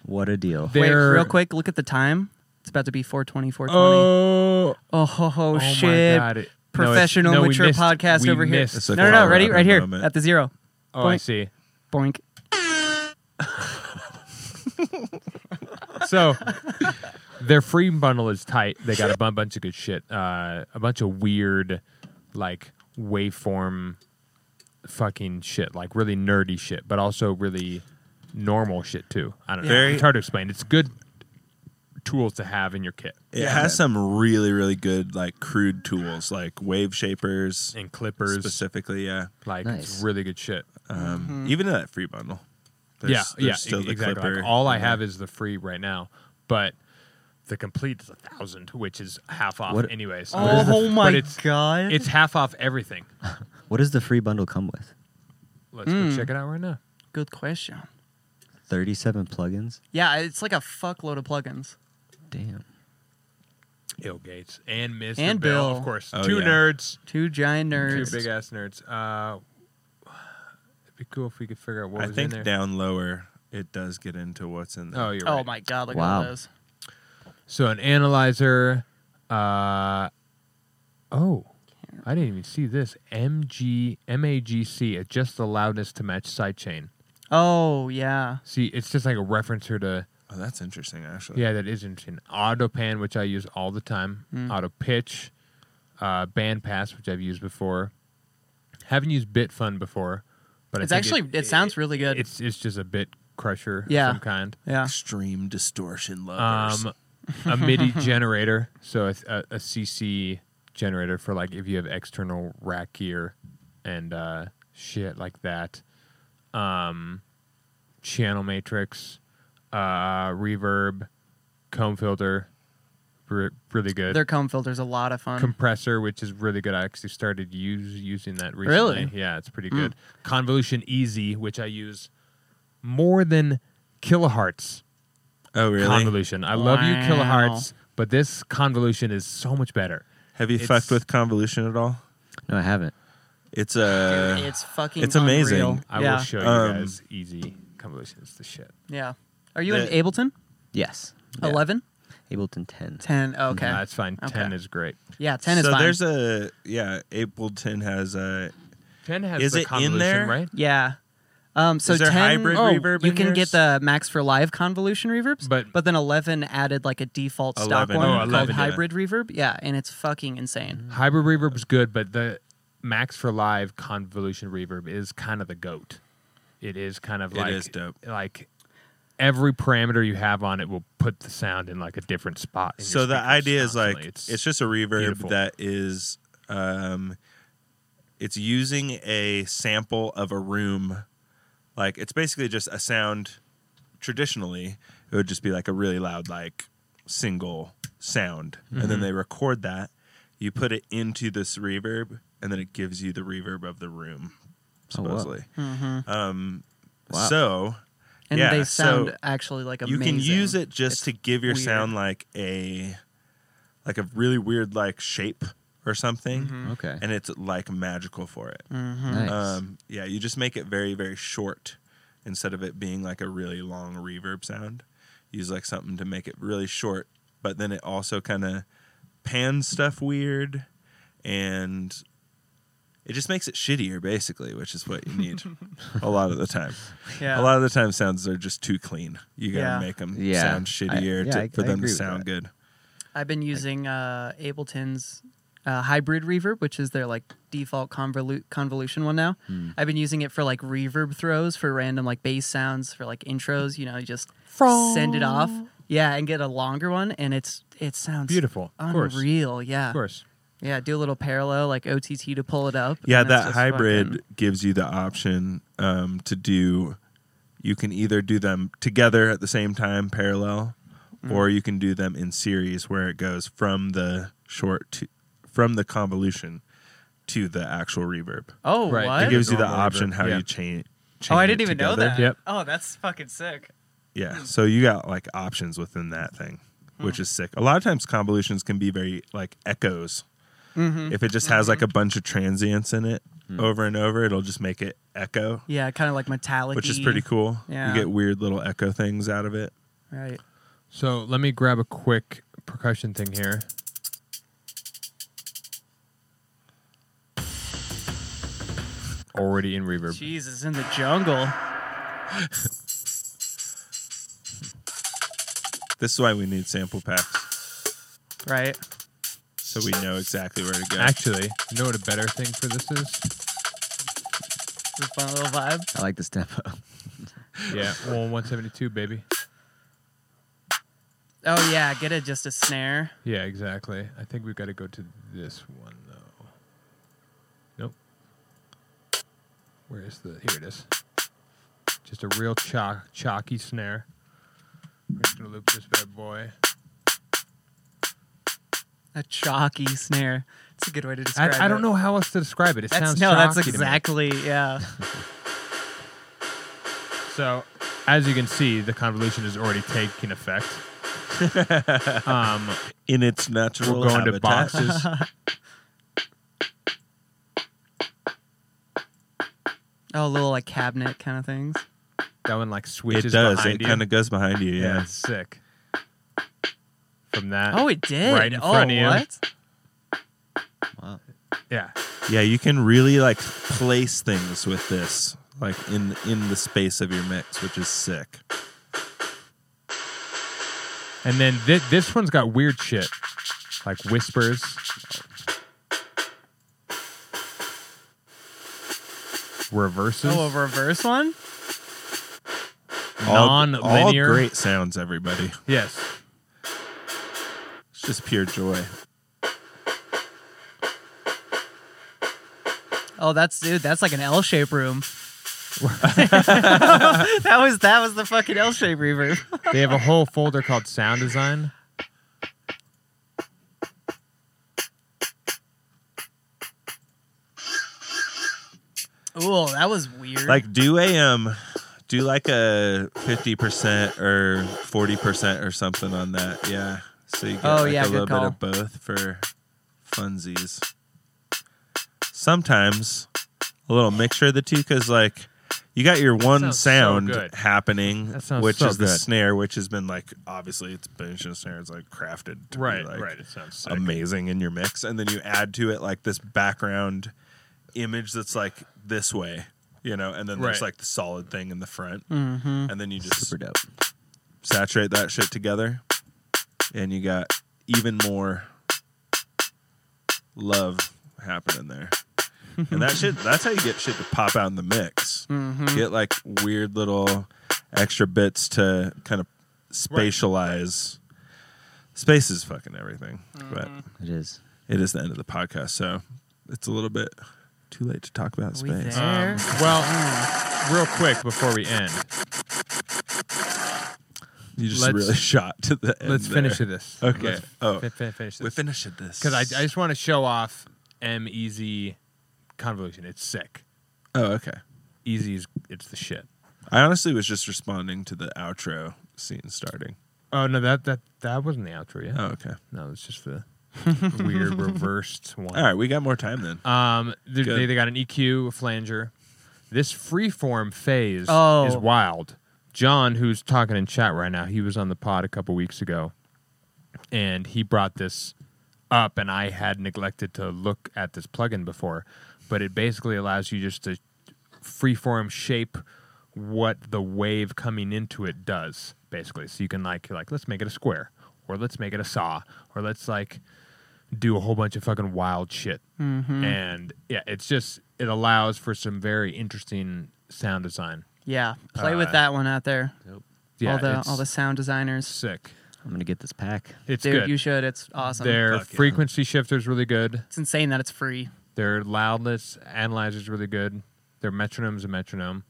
Speaker 4: What a deal.
Speaker 2: They- They're-
Speaker 1: Wait, real quick, look at the time. It's about to be 420, 420.
Speaker 2: oh,
Speaker 1: oh, ho, ho,
Speaker 2: oh
Speaker 1: shit.
Speaker 2: My God. It- no, it's-
Speaker 1: Professional
Speaker 2: no, we
Speaker 1: mature
Speaker 2: missed-
Speaker 1: podcast
Speaker 2: we
Speaker 1: over here.
Speaker 2: missed-
Speaker 3: It's a
Speaker 1: no, no, no.
Speaker 3: Colorado
Speaker 1: Ready? Right here.
Speaker 3: moment.
Speaker 1: At the zero.
Speaker 2: Oh, I
Speaker 1: Boink.
Speaker 2: see.
Speaker 1: Boink.
Speaker 2: So their free bundle is tight. They got a bu- bunch of good shit. Uh, a bunch of weird, like waveform, fucking shit. Like really nerdy shit, but also really normal shit too. I don't know.
Speaker 3: Very-
Speaker 2: It's hard to explain. It's good tools to have in your kit
Speaker 3: It has some really, really good like crude tools, like wave shapers
Speaker 2: and clippers.
Speaker 3: specifically. Yeah,
Speaker 2: Like it's
Speaker 4: Nice.
Speaker 2: really good shit.
Speaker 3: um, even in that free bundle. There's,
Speaker 2: yeah, yeah,
Speaker 3: there's still
Speaker 2: e-
Speaker 3: the
Speaker 2: exactly. Like,
Speaker 3: clipper.
Speaker 2: all I have is the free right now, but. The complete is a thousand, which is half off,
Speaker 4: What-
Speaker 2: anyways.
Speaker 1: Oh,
Speaker 2: But
Speaker 1: my
Speaker 2: it's-
Speaker 1: God.
Speaker 2: It's half off everything.
Speaker 4: What does the free bundle come with?
Speaker 2: Let's go
Speaker 3: Hmm.
Speaker 2: check it out right now.
Speaker 1: Good question.
Speaker 4: 37 plugins?
Speaker 1: Yeah, it's like a fuckload of plugins.
Speaker 4: Damn.
Speaker 2: Bill Gates and Mr.
Speaker 1: And
Speaker 2: Bill,
Speaker 1: Bill.
Speaker 2: of course. Two
Speaker 3: Oh, yeah.
Speaker 2: nerds,
Speaker 1: Two giant nerds.
Speaker 2: two big ass nerds. Uh, it'd be cool if we could figure out what
Speaker 3: I
Speaker 2: was
Speaker 3: think
Speaker 2: in there.
Speaker 3: down lower it does get into what's in there.
Speaker 2: oh, you're
Speaker 1: oh
Speaker 2: right.
Speaker 1: my god, look
Speaker 4: Wow.
Speaker 1: at all those.
Speaker 2: So an analyzer. Uh, oh, I didn't even see this. MG MAGC adjust the loudness to match sidechain.
Speaker 1: Oh yeah.
Speaker 2: See, it's just like a referencer to
Speaker 3: Oh, that's interesting actually.
Speaker 2: yeah, that is interesting. Auto pan, which I use all the time.
Speaker 1: Hmm.
Speaker 2: Auto pitch, uh, band pass, which I've used before. Haven't used bit fun before, but I
Speaker 1: it's
Speaker 2: think
Speaker 1: actually it, sounds really good.
Speaker 2: It's it's just a bit crusher
Speaker 1: Yeah.
Speaker 2: of some kind.
Speaker 1: yeah.
Speaker 3: Extreme distortion lovers.
Speaker 2: Um, a MIDI generator, so a, a, a CC generator for like if you have external rack gear and uh, shit like that. Um, channel matrix, uh, reverb, comb filter, re- really good.
Speaker 1: Their comb filter's a lot of fun.
Speaker 2: compressor, which is really good. I actually started use, using that recently.
Speaker 1: Really?
Speaker 2: Yeah, it's pretty good. Convolution Easy, which I use more than kilohertz
Speaker 3: oh really?
Speaker 2: convolution. I love you,
Speaker 1: Wow.
Speaker 2: kilohertz, but this convolution is so much better.
Speaker 3: Have you
Speaker 2: It's-
Speaker 3: fucked with convolution at all?
Speaker 4: No, I haven't.
Speaker 3: It's a
Speaker 1: it's fucking
Speaker 3: Uh, it's amazing.
Speaker 1: unreal.
Speaker 2: I
Speaker 1: yeah.
Speaker 2: will show you
Speaker 3: Um,
Speaker 2: guys easy convolution is the shit.
Speaker 1: Yeah. Are you
Speaker 3: The-
Speaker 1: in Ableton?
Speaker 4: Yes. Yeah.
Speaker 1: Eleven?
Speaker 4: Ableton 10.
Speaker 1: Ten. oh, okay.
Speaker 2: No, that's fine. Ten
Speaker 1: Okay.
Speaker 2: is great.
Speaker 1: yeah, ten is
Speaker 3: so
Speaker 1: fine.
Speaker 3: there's a yeah. Ableton has a
Speaker 2: Ten has
Speaker 3: Is
Speaker 2: the
Speaker 3: it in
Speaker 2: convolution,
Speaker 3: there?
Speaker 2: right?
Speaker 1: yeah. Um, so
Speaker 3: Is there
Speaker 1: 10,
Speaker 3: hybrid
Speaker 1: oh,
Speaker 3: reverb
Speaker 1: you
Speaker 3: in
Speaker 1: can
Speaker 3: yours?
Speaker 1: get the max for live convolution reverbs,
Speaker 2: But-
Speaker 1: but then eleven added like a default stock
Speaker 3: 11,
Speaker 1: one
Speaker 2: oh,
Speaker 1: called
Speaker 2: 11,
Speaker 3: yeah. Mm-hmm.
Speaker 1: hybrid reverb. Yeah, and it's fucking insane.
Speaker 2: Hybrid reverb's good, but the Max for Live convolution reverb is kind of the goat. It is kind of
Speaker 3: It
Speaker 2: like
Speaker 3: is dope.
Speaker 2: like every parameter you have on it will put the sound in like a different spot. in your
Speaker 3: so the
Speaker 2: speakers
Speaker 3: idea is like
Speaker 2: constantly.
Speaker 3: it's, just a reverb
Speaker 2: beautiful.
Speaker 3: that is um it's using a sample of a room like it's basically just a sound traditionally it would just be like a really loud like single sound and then they record that you put it into this reverb and then it gives you the reverb of the room
Speaker 4: Oh, wow.
Speaker 3: supposedly um
Speaker 4: Wow.
Speaker 3: so
Speaker 1: And
Speaker 3: yeah,
Speaker 1: they sound
Speaker 3: so,
Speaker 1: actually like
Speaker 3: you
Speaker 1: amazing.
Speaker 3: can use it just
Speaker 1: It's
Speaker 3: to give your
Speaker 1: weird.
Speaker 3: sound like a like a really weird like shape or something
Speaker 1: Mm-hmm.
Speaker 4: Okay.
Speaker 3: and it's like magical for it
Speaker 1: Mm.
Speaker 2: Mm-hmm.
Speaker 4: nice.
Speaker 3: um, yeah you just make it very very short instead of it being like a really long reverb sound use like something to make it really short but then it also kind of pans stuff weird and it just makes it shittier basically which is what you need a lot of the time
Speaker 1: Yeah.
Speaker 3: a lot of the time, sounds are just too clean. You gotta
Speaker 1: Yeah.
Speaker 3: make them
Speaker 4: Yeah.
Speaker 3: sound
Speaker 4: I-
Speaker 3: shittier
Speaker 4: yeah,
Speaker 3: to,
Speaker 4: I-
Speaker 3: for them
Speaker 4: I
Speaker 3: to
Speaker 4: agree with
Speaker 3: sound
Speaker 4: that.
Speaker 3: good.
Speaker 1: I've been using uh, Ableton's uh, hybrid reverb, which is their like default convolu- convolution one now.
Speaker 3: Hmm.
Speaker 1: I've been using it for like reverb throws for random like bass sounds for like intros. You know, you just send it off, yeah, and get a longer one, and it's it sounds
Speaker 2: beautiful. Of course.
Speaker 1: unreal. Yeah,
Speaker 2: Of course.
Speaker 1: yeah. Do a little parallel like OTT to pull it up.
Speaker 3: Yeah,
Speaker 1: and it's
Speaker 3: that
Speaker 1: just
Speaker 3: hybrid
Speaker 1: fucking-
Speaker 3: gives you the option um, to do. You can either do them together at the same time, parallel,
Speaker 1: Mm.
Speaker 3: or you can do them in series, where it goes from the short to from the convolution to the actual reverb.
Speaker 1: oh,
Speaker 2: Right.
Speaker 1: what?
Speaker 3: It gives you the
Speaker 2: Normal
Speaker 3: option
Speaker 2: reverb,
Speaker 3: how
Speaker 2: yeah.
Speaker 3: you change.
Speaker 1: oh, I
Speaker 3: chain
Speaker 1: didn't
Speaker 3: it
Speaker 1: even know
Speaker 3: together.
Speaker 1: that.
Speaker 2: Yep.
Speaker 1: Oh, that's fucking sick.
Speaker 3: Yeah, so you got like options within that thing.
Speaker 1: Hmm.
Speaker 3: which is sick. A lot of times convolutions can be very like echoes.
Speaker 1: Mm-hmm.
Speaker 3: If it just has like a bunch of transients in it
Speaker 2: Hmm.
Speaker 3: over and over, it'll just make it echo,
Speaker 1: Yeah, kind of like metallic.
Speaker 3: which is pretty cool.
Speaker 1: Yeah.
Speaker 3: You get weird little echo things out of it.
Speaker 1: Right.
Speaker 2: So let me grab a quick percussion thing here. Already in reverb.
Speaker 1: Jesus, in the jungle.
Speaker 3: This is why we need sample packs
Speaker 1: Right.
Speaker 3: so we know exactly where to go.
Speaker 2: Actually, you know what a better thing for this is?
Speaker 1: It's a fun little vibe.
Speaker 4: I like this tempo.
Speaker 2: Yeah, well, 172, baby.
Speaker 1: Oh yeah, get it just a snare.
Speaker 2: Yeah, exactly. I think we've got to go to this one though. Nope. Where is the? Here it is. Just a real chalk, chalky snare. We're just gonna loop this bad boy.
Speaker 1: A chalky snare. It's a good way to describe it.
Speaker 2: I, I don't know how else to describe it. It
Speaker 1: That's
Speaker 2: sounds
Speaker 1: no, that's
Speaker 2: chalky to me.
Speaker 1: exactly yeah.
Speaker 2: So, as you can see, the convolution is already taking effect. um,
Speaker 3: in its natural
Speaker 2: we're going to
Speaker 3: habitat.
Speaker 2: boxes.
Speaker 1: Oh, little like cabinet kind of things.
Speaker 2: that one like
Speaker 3: It
Speaker 2: switches
Speaker 3: does. It
Speaker 2: behind you.
Speaker 3: kind of goes behind you.
Speaker 2: yeah,
Speaker 3: Yeah.
Speaker 2: it's sick. From that.
Speaker 1: Oh, it did.
Speaker 2: Right in
Speaker 1: oh,
Speaker 2: front of you.
Speaker 1: what?
Speaker 4: Wow.
Speaker 2: yeah.
Speaker 3: Yeah, you can really like place things with this, like in in the space of your mix, which is sick.
Speaker 2: And then thi- this one's got weird shit, like whispers. Reverses.
Speaker 1: Oh, a reverse one.
Speaker 3: All-
Speaker 2: Non-linear.
Speaker 3: all great sounds, everybody.
Speaker 2: Yes.
Speaker 3: It's just pure joy.
Speaker 1: Oh, that's dude. That's like an L shape room. that was that was the fucking L shape reverb.
Speaker 2: They have a whole folder called sound design.
Speaker 1: Ooh, that was weird.
Speaker 3: Like, do a um, do like a fifty percent or forty percent or something on that. Yeah, so you get
Speaker 1: Oh,
Speaker 3: like
Speaker 1: yeah,
Speaker 3: a
Speaker 1: good
Speaker 3: little
Speaker 1: call.
Speaker 3: bit of both for funsies. Sometimes a little mixture of the two, because like you got your one
Speaker 2: sounds so
Speaker 3: sound
Speaker 2: good.
Speaker 3: happening,
Speaker 2: That sounds
Speaker 3: which
Speaker 2: so
Speaker 3: is the
Speaker 2: good.
Speaker 3: snare, which has been like obviously it's Benicio snare is like crafted to be, like,
Speaker 2: It sounds
Speaker 3: amazing in your mix and then you add to it like this background image that's like this way you know and then
Speaker 2: Right.
Speaker 3: there's like the solid thing in the front
Speaker 1: mm-hmm.
Speaker 3: and then you just
Speaker 4: Super dope.
Speaker 3: saturate that shit together and you got even more love happening there and that shit that's how you get shit to pop out in the mix
Speaker 1: Mhm.
Speaker 3: get like weird little extra bits to kind of spatialize space is fucking everything but
Speaker 4: It is.
Speaker 3: it is the end of the podcast, so it's a little bit too late to talk about
Speaker 1: Are we
Speaker 3: space.
Speaker 1: there?
Speaker 2: Um, well, real quick before we end,
Speaker 3: You just
Speaker 2: Let's-
Speaker 3: really shot to the end.
Speaker 2: let's finish
Speaker 3: there.
Speaker 2: this.
Speaker 3: Okay.
Speaker 2: Let's
Speaker 3: Oh.
Speaker 2: fi- fi- finish
Speaker 3: We
Speaker 2: this.
Speaker 3: finished this
Speaker 2: Because I, I just want to show off M Easy Convolution. It's sick.
Speaker 3: oh okay.
Speaker 2: Easy is it's the shit.
Speaker 3: I honestly was just responding to the outro scene starting.
Speaker 2: Oh no, that that that wasn't the outro. Yeah.
Speaker 3: Oh okay.
Speaker 2: No, it's just the weird reversed one.
Speaker 3: All right, we got more time then.
Speaker 2: Um, they,
Speaker 3: Good.
Speaker 2: they, they got an EQ, a flanger. This freeform phase
Speaker 1: Oh.
Speaker 2: is wild. John, who's talking in chat right now, he was on the pod a couple weeks ago, and he brought this up, and I had neglected to look at this plugin before, but it basically allows you just to freeform shape what the wave coming into it does, basically. So you can like, you're like, let's make it a square, or let's make it a saw, or let's like do a whole bunch of fucking wild shit.
Speaker 1: Mm-hmm.
Speaker 2: And yeah, it's just it allows for some very interesting sound design.
Speaker 1: yeah, play
Speaker 2: uh,
Speaker 1: with that one out there.
Speaker 2: Yeah,
Speaker 1: all the
Speaker 2: it's
Speaker 1: all the sound designers.
Speaker 2: sick.
Speaker 4: I'm gonna get this pack.
Speaker 2: It's
Speaker 1: Dude,
Speaker 2: good.
Speaker 1: you should. It's awesome.
Speaker 2: Their
Speaker 3: Fuck yeah.
Speaker 2: frequency shifter's really good.
Speaker 1: It's insane that it's free.
Speaker 2: Their loudness analyzer's really good. Their metronome's a metronome.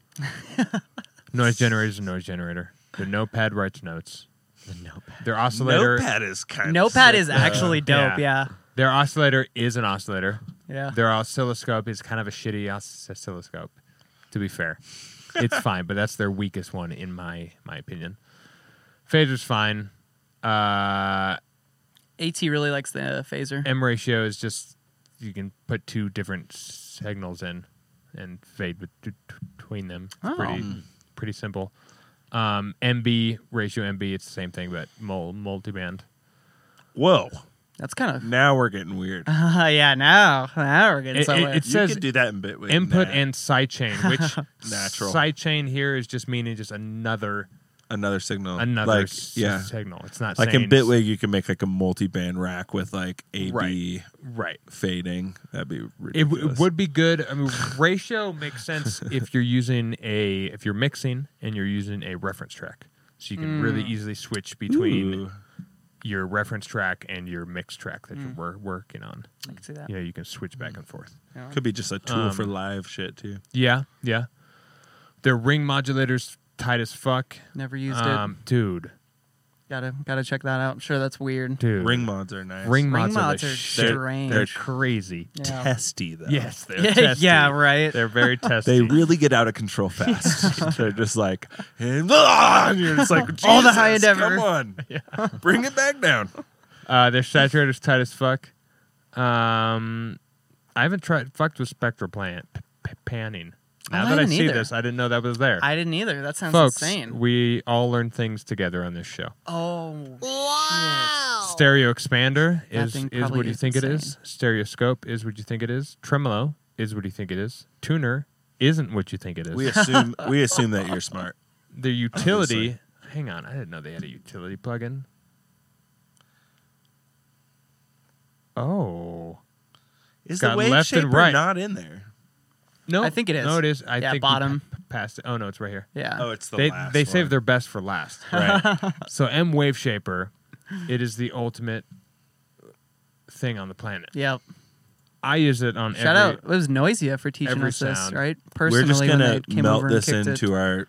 Speaker 2: noise generator's a noise generator. Their notepad writes notes.
Speaker 4: The notepad.
Speaker 2: Their oscillator
Speaker 3: Notepad is kind
Speaker 1: Notepad
Speaker 3: of
Speaker 1: is actually dope.
Speaker 2: yeah.
Speaker 1: Yeah.
Speaker 2: their oscillator is an oscillator.
Speaker 1: Yeah.
Speaker 2: Their oscilloscope is kind of a shitty os- oscilloscope. To be fair, it's fine, but that's their weakest one in my my opinion. Phaser's fine. Uh,
Speaker 1: At really likes the uh, phaser.
Speaker 2: M ratio is just you can put two different signals in and fade bet- t- t- between them. It's
Speaker 1: Oh.
Speaker 2: pretty pretty simple. Um, MB ratio MB, it's the same thing, but mul- multiband.
Speaker 3: Whoa.
Speaker 1: That's kind of
Speaker 3: Now we're getting weird.
Speaker 1: yeah. Now, now we're getting
Speaker 2: It- it-
Speaker 1: somewhere.
Speaker 2: it's-
Speaker 3: you
Speaker 2: Uh, says
Speaker 3: could do that in Bitwig.
Speaker 2: Input
Speaker 3: Nah.
Speaker 2: and sidechain, which
Speaker 3: Natural.
Speaker 2: sidechain here is just meaning just another
Speaker 3: another signal.
Speaker 2: another
Speaker 3: like,
Speaker 2: s-
Speaker 3: yeah.
Speaker 2: signal. It's not
Speaker 3: Like
Speaker 2: saying
Speaker 3: in
Speaker 2: it's-
Speaker 3: Bitwig, you can make like a multi-band rack with like AB
Speaker 2: Right. right.
Speaker 3: fading. That'd be
Speaker 2: It, w-
Speaker 3: ridiculous.
Speaker 2: it would be good. I mean, ratio makes sense if you're using a if you're mixing and you're using a reference track, so you can really easily switch between
Speaker 3: Hmm. Ooh. Hmm.
Speaker 2: your reference track and your mix track that you're wor- working on.
Speaker 1: I can see that.
Speaker 2: You know, you can switch back and forth.
Speaker 1: Yeah.
Speaker 3: Could be just a tool
Speaker 2: Um,
Speaker 3: for live shit too.
Speaker 2: Yeah, yeah. Their ring modulator's tight as fuck.
Speaker 1: Never used
Speaker 2: Um, dude,
Speaker 1: it. Gotta gotta check that out. I'm sure that's weird.
Speaker 2: dude.
Speaker 3: Ring mods are nice.
Speaker 1: Ring
Speaker 2: ring mods are,
Speaker 1: mods
Speaker 2: the
Speaker 1: are
Speaker 2: shit.
Speaker 1: strange.
Speaker 2: They're crazy.
Speaker 1: Yeah.
Speaker 3: testy though.
Speaker 2: Yes, they're
Speaker 1: yeah,
Speaker 2: testy.
Speaker 1: yeah, right.
Speaker 2: They're very testy.
Speaker 3: They really get out of control fast. They're just like, and, ah, and you're just like,
Speaker 1: All the
Speaker 3: "Jesus,
Speaker 1: high endeavor."
Speaker 3: Come on, bring it back down.
Speaker 2: Uh, their saturator's tight as fuck. Um, I haven't tried fucked with spectral plant p- p- panning.
Speaker 1: I
Speaker 2: Now that I
Speaker 1: haven't
Speaker 2: see
Speaker 1: either.
Speaker 2: this, I didn't know that was there.
Speaker 1: I didn't either. That sounds
Speaker 2: Folks,
Speaker 1: insane.
Speaker 2: we all learn things together on this show.
Speaker 1: oh,
Speaker 2: Stereo expander
Speaker 1: That
Speaker 2: is
Speaker 1: thing
Speaker 2: is what
Speaker 1: probably
Speaker 2: you
Speaker 1: is
Speaker 2: think it is.
Speaker 1: insane.
Speaker 2: Stereoscope is what you think it is. Tremolo is what you think it is. Tuner isn't what you think it is.
Speaker 3: We assume we assume that you're smart.
Speaker 2: Their utility. Hang on, I didn't know they had a utility plugin. Oh.
Speaker 3: Is
Speaker 2: Got left and right.
Speaker 3: not in there?
Speaker 2: No,
Speaker 1: I think it is.
Speaker 2: No, it is. I
Speaker 1: Yeah,
Speaker 2: think we
Speaker 1: bottom.
Speaker 2: p- passed it. Oh no, it's right here.
Speaker 1: yeah.
Speaker 3: Oh, it's the
Speaker 2: they
Speaker 3: last.
Speaker 2: they
Speaker 3: one.
Speaker 2: save their best for last.
Speaker 3: right.
Speaker 2: so M Wave Shaper, it is the ultimate thing on the planet.
Speaker 1: yep.
Speaker 2: I use it on
Speaker 1: Shout out.
Speaker 2: every,
Speaker 1: It was Noisia for teaching
Speaker 2: every
Speaker 1: us this,
Speaker 2: sound.
Speaker 1: right?
Speaker 3: We're
Speaker 1: Personally,
Speaker 3: just
Speaker 1: when
Speaker 3: gonna
Speaker 1: they came
Speaker 3: melt
Speaker 1: over
Speaker 3: this
Speaker 1: and kicked
Speaker 3: into our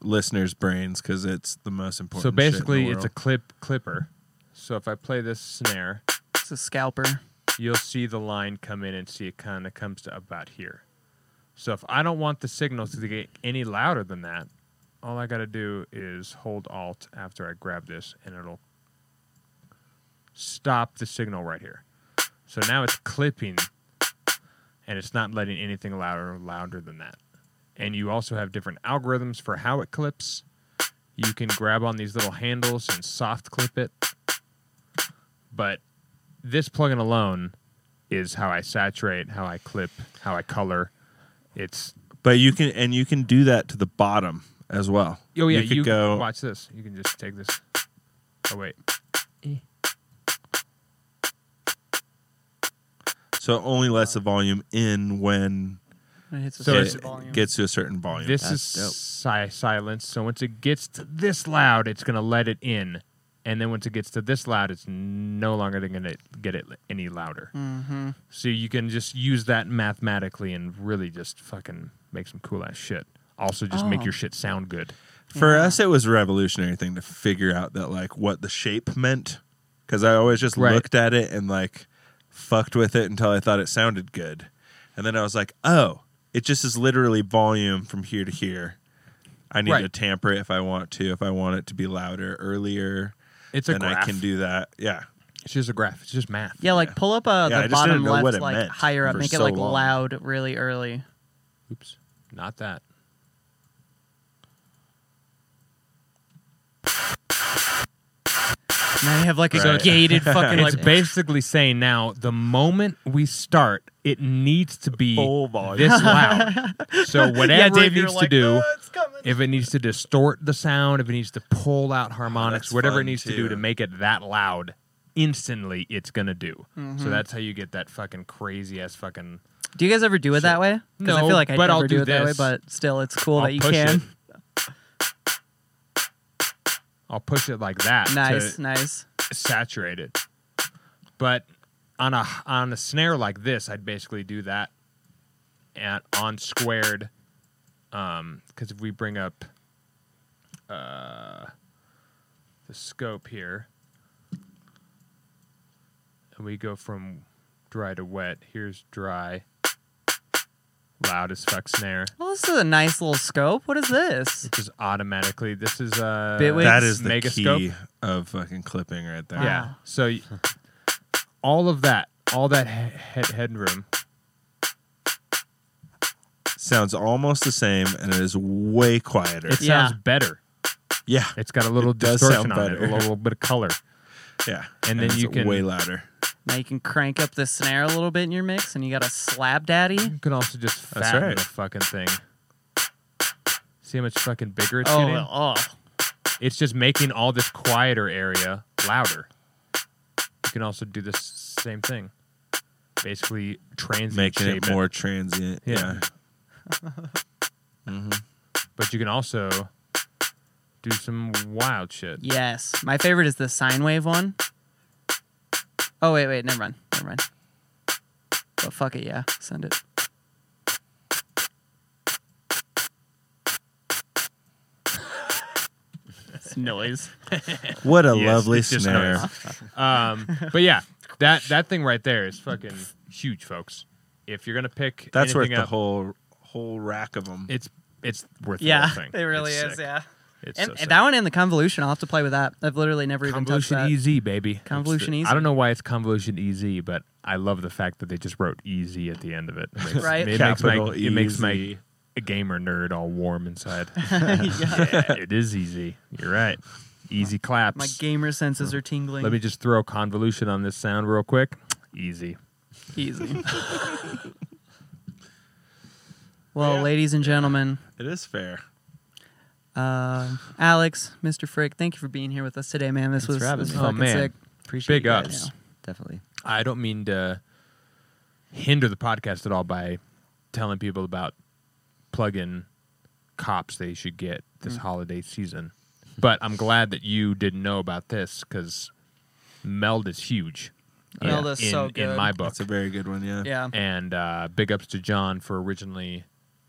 Speaker 3: listeners' brains because it's the most important.
Speaker 2: So basically,
Speaker 3: shit in the
Speaker 2: it's a clip clipper. So if I play this snare,
Speaker 1: it. It's a scalper.
Speaker 2: you'll see the line come in and see it kind of comes to about here. So if I don't want the signal to get any louder than that, all I got to do is hold Alt after I grab this, and it'll stop the signal right here. So now it's clipping, and it's not letting anything louder louder than that. And you also have different algorithms for how it clips. You can grab on these little handles and soft clip it. But this plugin alone is how I saturate, how I clip, how I color. It's
Speaker 3: But you can and you can do that to the bottom as well.
Speaker 2: oh yeah,
Speaker 3: you could
Speaker 2: you
Speaker 3: go.
Speaker 2: watch this. You can just take this. Oh wait,
Speaker 3: So it only lets the volume in when
Speaker 1: It hits a
Speaker 2: So
Speaker 1: certain
Speaker 3: it
Speaker 1: volume.
Speaker 3: gets to a certain volume.
Speaker 2: this is
Speaker 4: That's dope.
Speaker 2: si- silence. So once it gets to this loud, it's gonna let it in, and then once it gets to this loud, it's no longer gonna get it any louder.
Speaker 1: hmm
Speaker 2: So you can just use that mathematically and really just fucking make some cool ass shit. Also, just make
Speaker 1: Oh.
Speaker 2: your shit sound good.
Speaker 3: For
Speaker 1: Yeah.
Speaker 3: us, it was a revolutionary thing to figure out that like what the shape meant, because I always just
Speaker 2: Right.
Speaker 3: looked at it and like fucked with it until I thought it sounded good, and then I was like, oh, it just is literally volume from here to here. I need
Speaker 2: Right.
Speaker 3: to tamper it if I want to. If I want it to be louder earlier,
Speaker 2: It's a
Speaker 3: then
Speaker 2: graph.
Speaker 3: I can do that. Yeah,
Speaker 2: It's just a graph. It's just math.
Speaker 1: Yeah, like pull up uh,
Speaker 3: Yeah, I
Speaker 1: the
Speaker 3: just
Speaker 1: bottom
Speaker 3: didn't know what
Speaker 1: left,
Speaker 3: it
Speaker 1: like
Speaker 3: meant
Speaker 1: higher up,
Speaker 3: for
Speaker 1: make it
Speaker 3: so
Speaker 1: like
Speaker 3: long.
Speaker 1: loud really early.
Speaker 2: Oops, not that.
Speaker 1: Now you have like a
Speaker 3: Right.
Speaker 1: gated fucking
Speaker 2: it's
Speaker 1: like
Speaker 2: basically saying now the moment we start, it needs to be
Speaker 3: Full volume.
Speaker 2: this loud. so whatever
Speaker 1: Dave,
Speaker 2: it
Speaker 1: you're
Speaker 2: needs to
Speaker 1: like,
Speaker 2: do,
Speaker 3: "Uh."
Speaker 1: "Oh, it's coming."
Speaker 2: if it needs to distort the sound, if it needs to pull out harmonics,
Speaker 3: Oh, that's
Speaker 2: whatever it
Speaker 3: fun,
Speaker 2: needs to do
Speaker 3: too.
Speaker 2: to make it that loud, instantly it's gonna do.
Speaker 3: Mm-hmm.
Speaker 2: So that's how you get that fucking crazy ass fucking.
Speaker 1: Do you guys ever do it that way? 'Cause I
Speaker 2: No,
Speaker 1: feel like I
Speaker 2: but
Speaker 1: never
Speaker 2: I'll
Speaker 1: do,
Speaker 2: do
Speaker 1: it that way,
Speaker 2: this.
Speaker 1: but still, it's cool
Speaker 2: I'll
Speaker 1: that you
Speaker 2: push
Speaker 1: can.
Speaker 2: It. I'll push it like that. to-
Speaker 1: Nice, nice.
Speaker 2: saturated. But on a on a snare like this, I'd basically do that at on squared. Um, because if we bring up uh the scope here, and we go from dry to wet. Here's dry, loud as fuck snare.
Speaker 1: Well, this is a nice little scope. What is this?
Speaker 2: Just automatically, this is uh
Speaker 1: Bitwig?
Speaker 3: that is the
Speaker 2: Megascope.
Speaker 3: key. of fucking clipping right there.
Speaker 2: Yeah.
Speaker 5: Wow.
Speaker 2: So y- all of that, all that he- head headroom.
Speaker 3: Sounds almost the same and it is way quieter.
Speaker 2: It
Speaker 1: Yeah.
Speaker 2: sounds better.
Speaker 3: yeah.
Speaker 2: It's got a little
Speaker 3: does sound
Speaker 2: distortion on it, a
Speaker 3: better.
Speaker 2: little, little bit of color.
Speaker 3: Yeah.
Speaker 2: And then
Speaker 3: it's
Speaker 2: you can-
Speaker 3: way louder.
Speaker 1: Now you can crank up the snare a little bit in your mix, and you got a slab daddy.
Speaker 2: You can also just
Speaker 3: That's
Speaker 2: fatten
Speaker 3: right.
Speaker 2: the fucking thing. See how much fucking bigger it's
Speaker 1: Oh,
Speaker 2: getting?
Speaker 1: oh,
Speaker 2: It's just making all this quieter area louder. You can also do this same thing. Basically, transient
Speaker 3: Making
Speaker 2: shape
Speaker 3: it more transient.
Speaker 2: Yeah.
Speaker 3: Yeah.
Speaker 2: But you can also do some wild shit.
Speaker 1: yes. My favorite is the sine wave one. Oh wait, wait, never mind, never mind. But fuck it, yeah, send it. It's noise.
Speaker 3: What a
Speaker 2: Yes,
Speaker 3: lovely
Speaker 2: it's just
Speaker 3: snare.
Speaker 2: Um, but yeah, that that thing right there is fucking huge, folks. If you're gonna pick,
Speaker 3: That's worth
Speaker 2: anything
Speaker 3: the
Speaker 2: up,
Speaker 3: whole whole rack of them.
Speaker 2: It's it's worth
Speaker 1: Yeah,
Speaker 2: the whole thing.
Speaker 1: it really
Speaker 2: It's
Speaker 1: is.
Speaker 2: sick.
Speaker 1: Yeah,
Speaker 2: It's
Speaker 1: and,
Speaker 2: so
Speaker 1: and
Speaker 2: sick.
Speaker 1: that one and the convolution, I'll have to play with that. I've literally never even touched
Speaker 2: convolution
Speaker 1: that.
Speaker 2: easy, baby.
Speaker 1: Convolution E
Speaker 2: It's the-
Speaker 1: easy.
Speaker 2: I don't know why it's convolution easy, but I love the fact that they just wrote easy at the end of it. It makes,
Speaker 1: Right.
Speaker 2: It makes my
Speaker 3: Capital E
Speaker 2: it makes my
Speaker 3: easy.
Speaker 2: gamer nerd all warm inside.
Speaker 1: yeah.
Speaker 2: yeah, it is easy. You're right. Easy claps.
Speaker 1: My gamer senses are tingling.
Speaker 2: Let me just throw convolution on this sound real quick. Easy.
Speaker 1: Easy. well, ladies and gentlemen,
Speaker 3: It is fair.
Speaker 1: uh, Alex, Mr. Frick, thank you for being here with us today, man. This
Speaker 4: Thanks
Speaker 1: was,
Speaker 4: for having
Speaker 1: this was
Speaker 4: me.
Speaker 2: Oh,
Speaker 1: fucking
Speaker 2: man.
Speaker 1: sick.
Speaker 4: Appreciate
Speaker 2: Big
Speaker 4: you guys.
Speaker 2: ups.
Speaker 4: Definitely.
Speaker 2: I don't mean to hinder the podcast at all by telling people about plug-in cops they should get
Speaker 1: Mm.
Speaker 2: this holiday season. But I'm glad that you didn't know about this because Meld is huge. in-
Speaker 1: Meld is
Speaker 2: in,
Speaker 1: so
Speaker 2: in
Speaker 1: good.
Speaker 2: my book.
Speaker 3: That's a very good one. Yeah.
Speaker 1: Yeah.
Speaker 2: and uh, big ups to John for originally.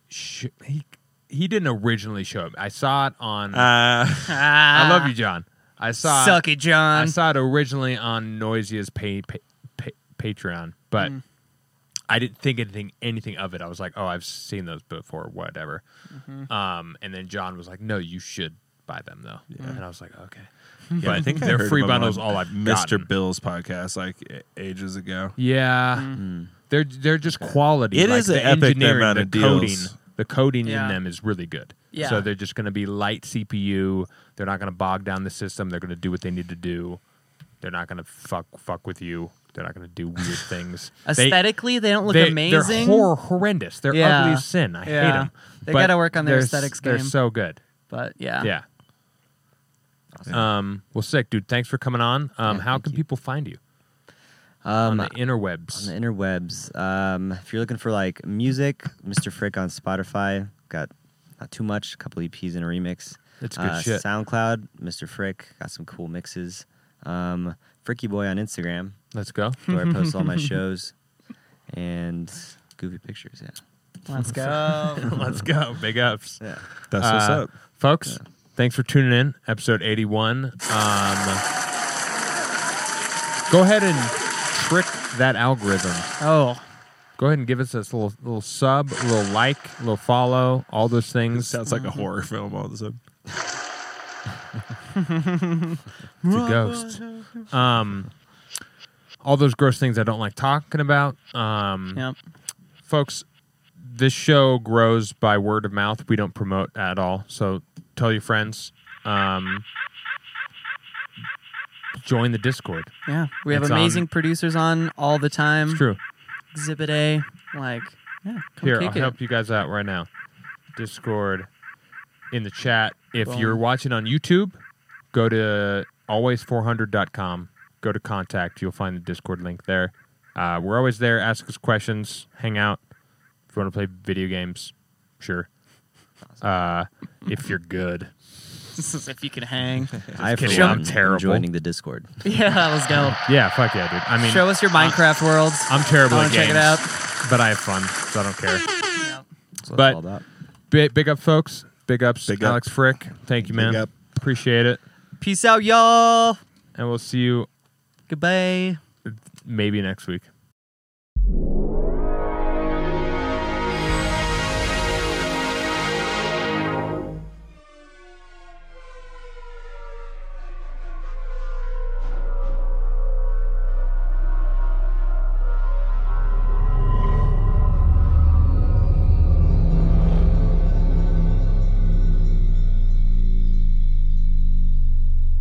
Speaker 2: Sh- he he didn't originally show up. I saw it on.
Speaker 3: Uh,
Speaker 2: I love you, John. I saw it-
Speaker 1: Ah, Suck it, John.
Speaker 2: I saw it originally on Noisiest pay, pa pa Patreon, but I didn't think anything anything of it. I was like, oh, I've seen those before, whatever. Um, and then John was like, no, you should buy them though. And I was like, okay,
Speaker 3: yeah, I think I
Speaker 2: they're
Speaker 3: heard
Speaker 2: free
Speaker 3: of 'em
Speaker 2: bundles
Speaker 3: on
Speaker 2: all I've
Speaker 3: Mr.
Speaker 2: gotten.
Speaker 3: Bill's podcast like a- ages ago.
Speaker 2: yeah, they're they're just quality.
Speaker 3: It
Speaker 2: It is
Speaker 3: is an epic amount
Speaker 2: the
Speaker 3: of
Speaker 2: coding.
Speaker 3: deals.
Speaker 2: The coding
Speaker 1: Yeah.
Speaker 2: in them is really good.
Speaker 1: Yeah.
Speaker 2: So they're just going to be light CPU. They're not going to bog down the system. They're going to do what they need to do. They're not going to fuck fuck with you. They're not going to do weird things. They-
Speaker 1: Aesthetically, they, don't look amazing.
Speaker 2: They're hor- horrendous. They're
Speaker 1: Yeah.
Speaker 2: ugly as sin. I hate 'em. hate
Speaker 1: Yeah.
Speaker 2: them.
Speaker 1: They gotta work on their aesthetics
Speaker 2: They're
Speaker 1: game.
Speaker 2: so good.
Speaker 1: But yeah.
Speaker 2: Yeah. Um, well, sick, dude. Thanks for coming on. Um,
Speaker 4: Yeah,
Speaker 2: how
Speaker 4: thank
Speaker 2: can
Speaker 4: you.
Speaker 2: people find you on
Speaker 4: Um,
Speaker 2: the interwebs?
Speaker 4: on the interwebs. Um, if you're looking for like music, Mr. Frick on Spotify. Got not too much, a couple EPs and a remix.
Speaker 2: That's good
Speaker 4: Uh,
Speaker 2: shit.
Speaker 4: SoundCloud, Mr. Frick. Got some cool mixes. Um, Fricky Boy on Instagram,
Speaker 2: Let's go.
Speaker 4: where I post all my shows and goofy pictures. Yeah.
Speaker 1: Let's go.
Speaker 2: Let's go. Big ups.
Speaker 4: Yeah.
Speaker 3: That's what's
Speaker 2: Uh,
Speaker 3: up.
Speaker 2: folks. Thanks for tuning in, episode eighty-one. Um, go ahead and trick that algorithm.
Speaker 1: oh,
Speaker 2: Go ahead and give us this little little sub, a little like, a little follow, all those
Speaker 3: It
Speaker 2: things.
Speaker 3: sounds like a horror film all of a sudden.
Speaker 2: It's a ghost. Um, all those gross things I don't like talking about. Um,
Speaker 1: yep.
Speaker 2: folks, this show grows by word of mouth. We don't promote at all. So tell your friends. Um, join the Discord.
Speaker 1: Yeah. We have
Speaker 2: It's on-
Speaker 1: amazing producers on all the time.
Speaker 2: It's true.
Speaker 1: Exhibit A. Like, yeah. Come
Speaker 2: Here,
Speaker 1: kick
Speaker 2: I'll
Speaker 1: it.
Speaker 2: help you guys out right now. Discord in the chat. If
Speaker 1: Boom.
Speaker 2: you're watching on YouTube, go to always400.com. Go to contact. You'll find the Discord link there. Uh, we're always there. Ask us questions. Hang out. If you want to play video games, sure. Uh, if you're good.
Speaker 1: if you can hang.
Speaker 4: I for
Speaker 2: kidding, I'm
Speaker 4: one, am
Speaker 2: terrible.
Speaker 4: joining the Discord.
Speaker 1: yeah, let's go.
Speaker 2: Yeah, fuck yeah, dude. I mean,
Speaker 1: Show us your Minecraft worlds.
Speaker 2: I'm terrible
Speaker 1: I
Speaker 2: at
Speaker 1: wanna
Speaker 2: games,
Speaker 1: check it out.
Speaker 2: but I have fun, so I don't care.
Speaker 4: That's what it's
Speaker 2: But-
Speaker 4: all about.
Speaker 2: Big, big up, folks. Big ups,
Speaker 3: Big up.
Speaker 2: Alex Frick. Thank you, man.
Speaker 3: up.
Speaker 2: Appreciate it.
Speaker 1: Peace out, y'all.
Speaker 2: And we'll see you
Speaker 1: Goodbye.
Speaker 2: maybe next week.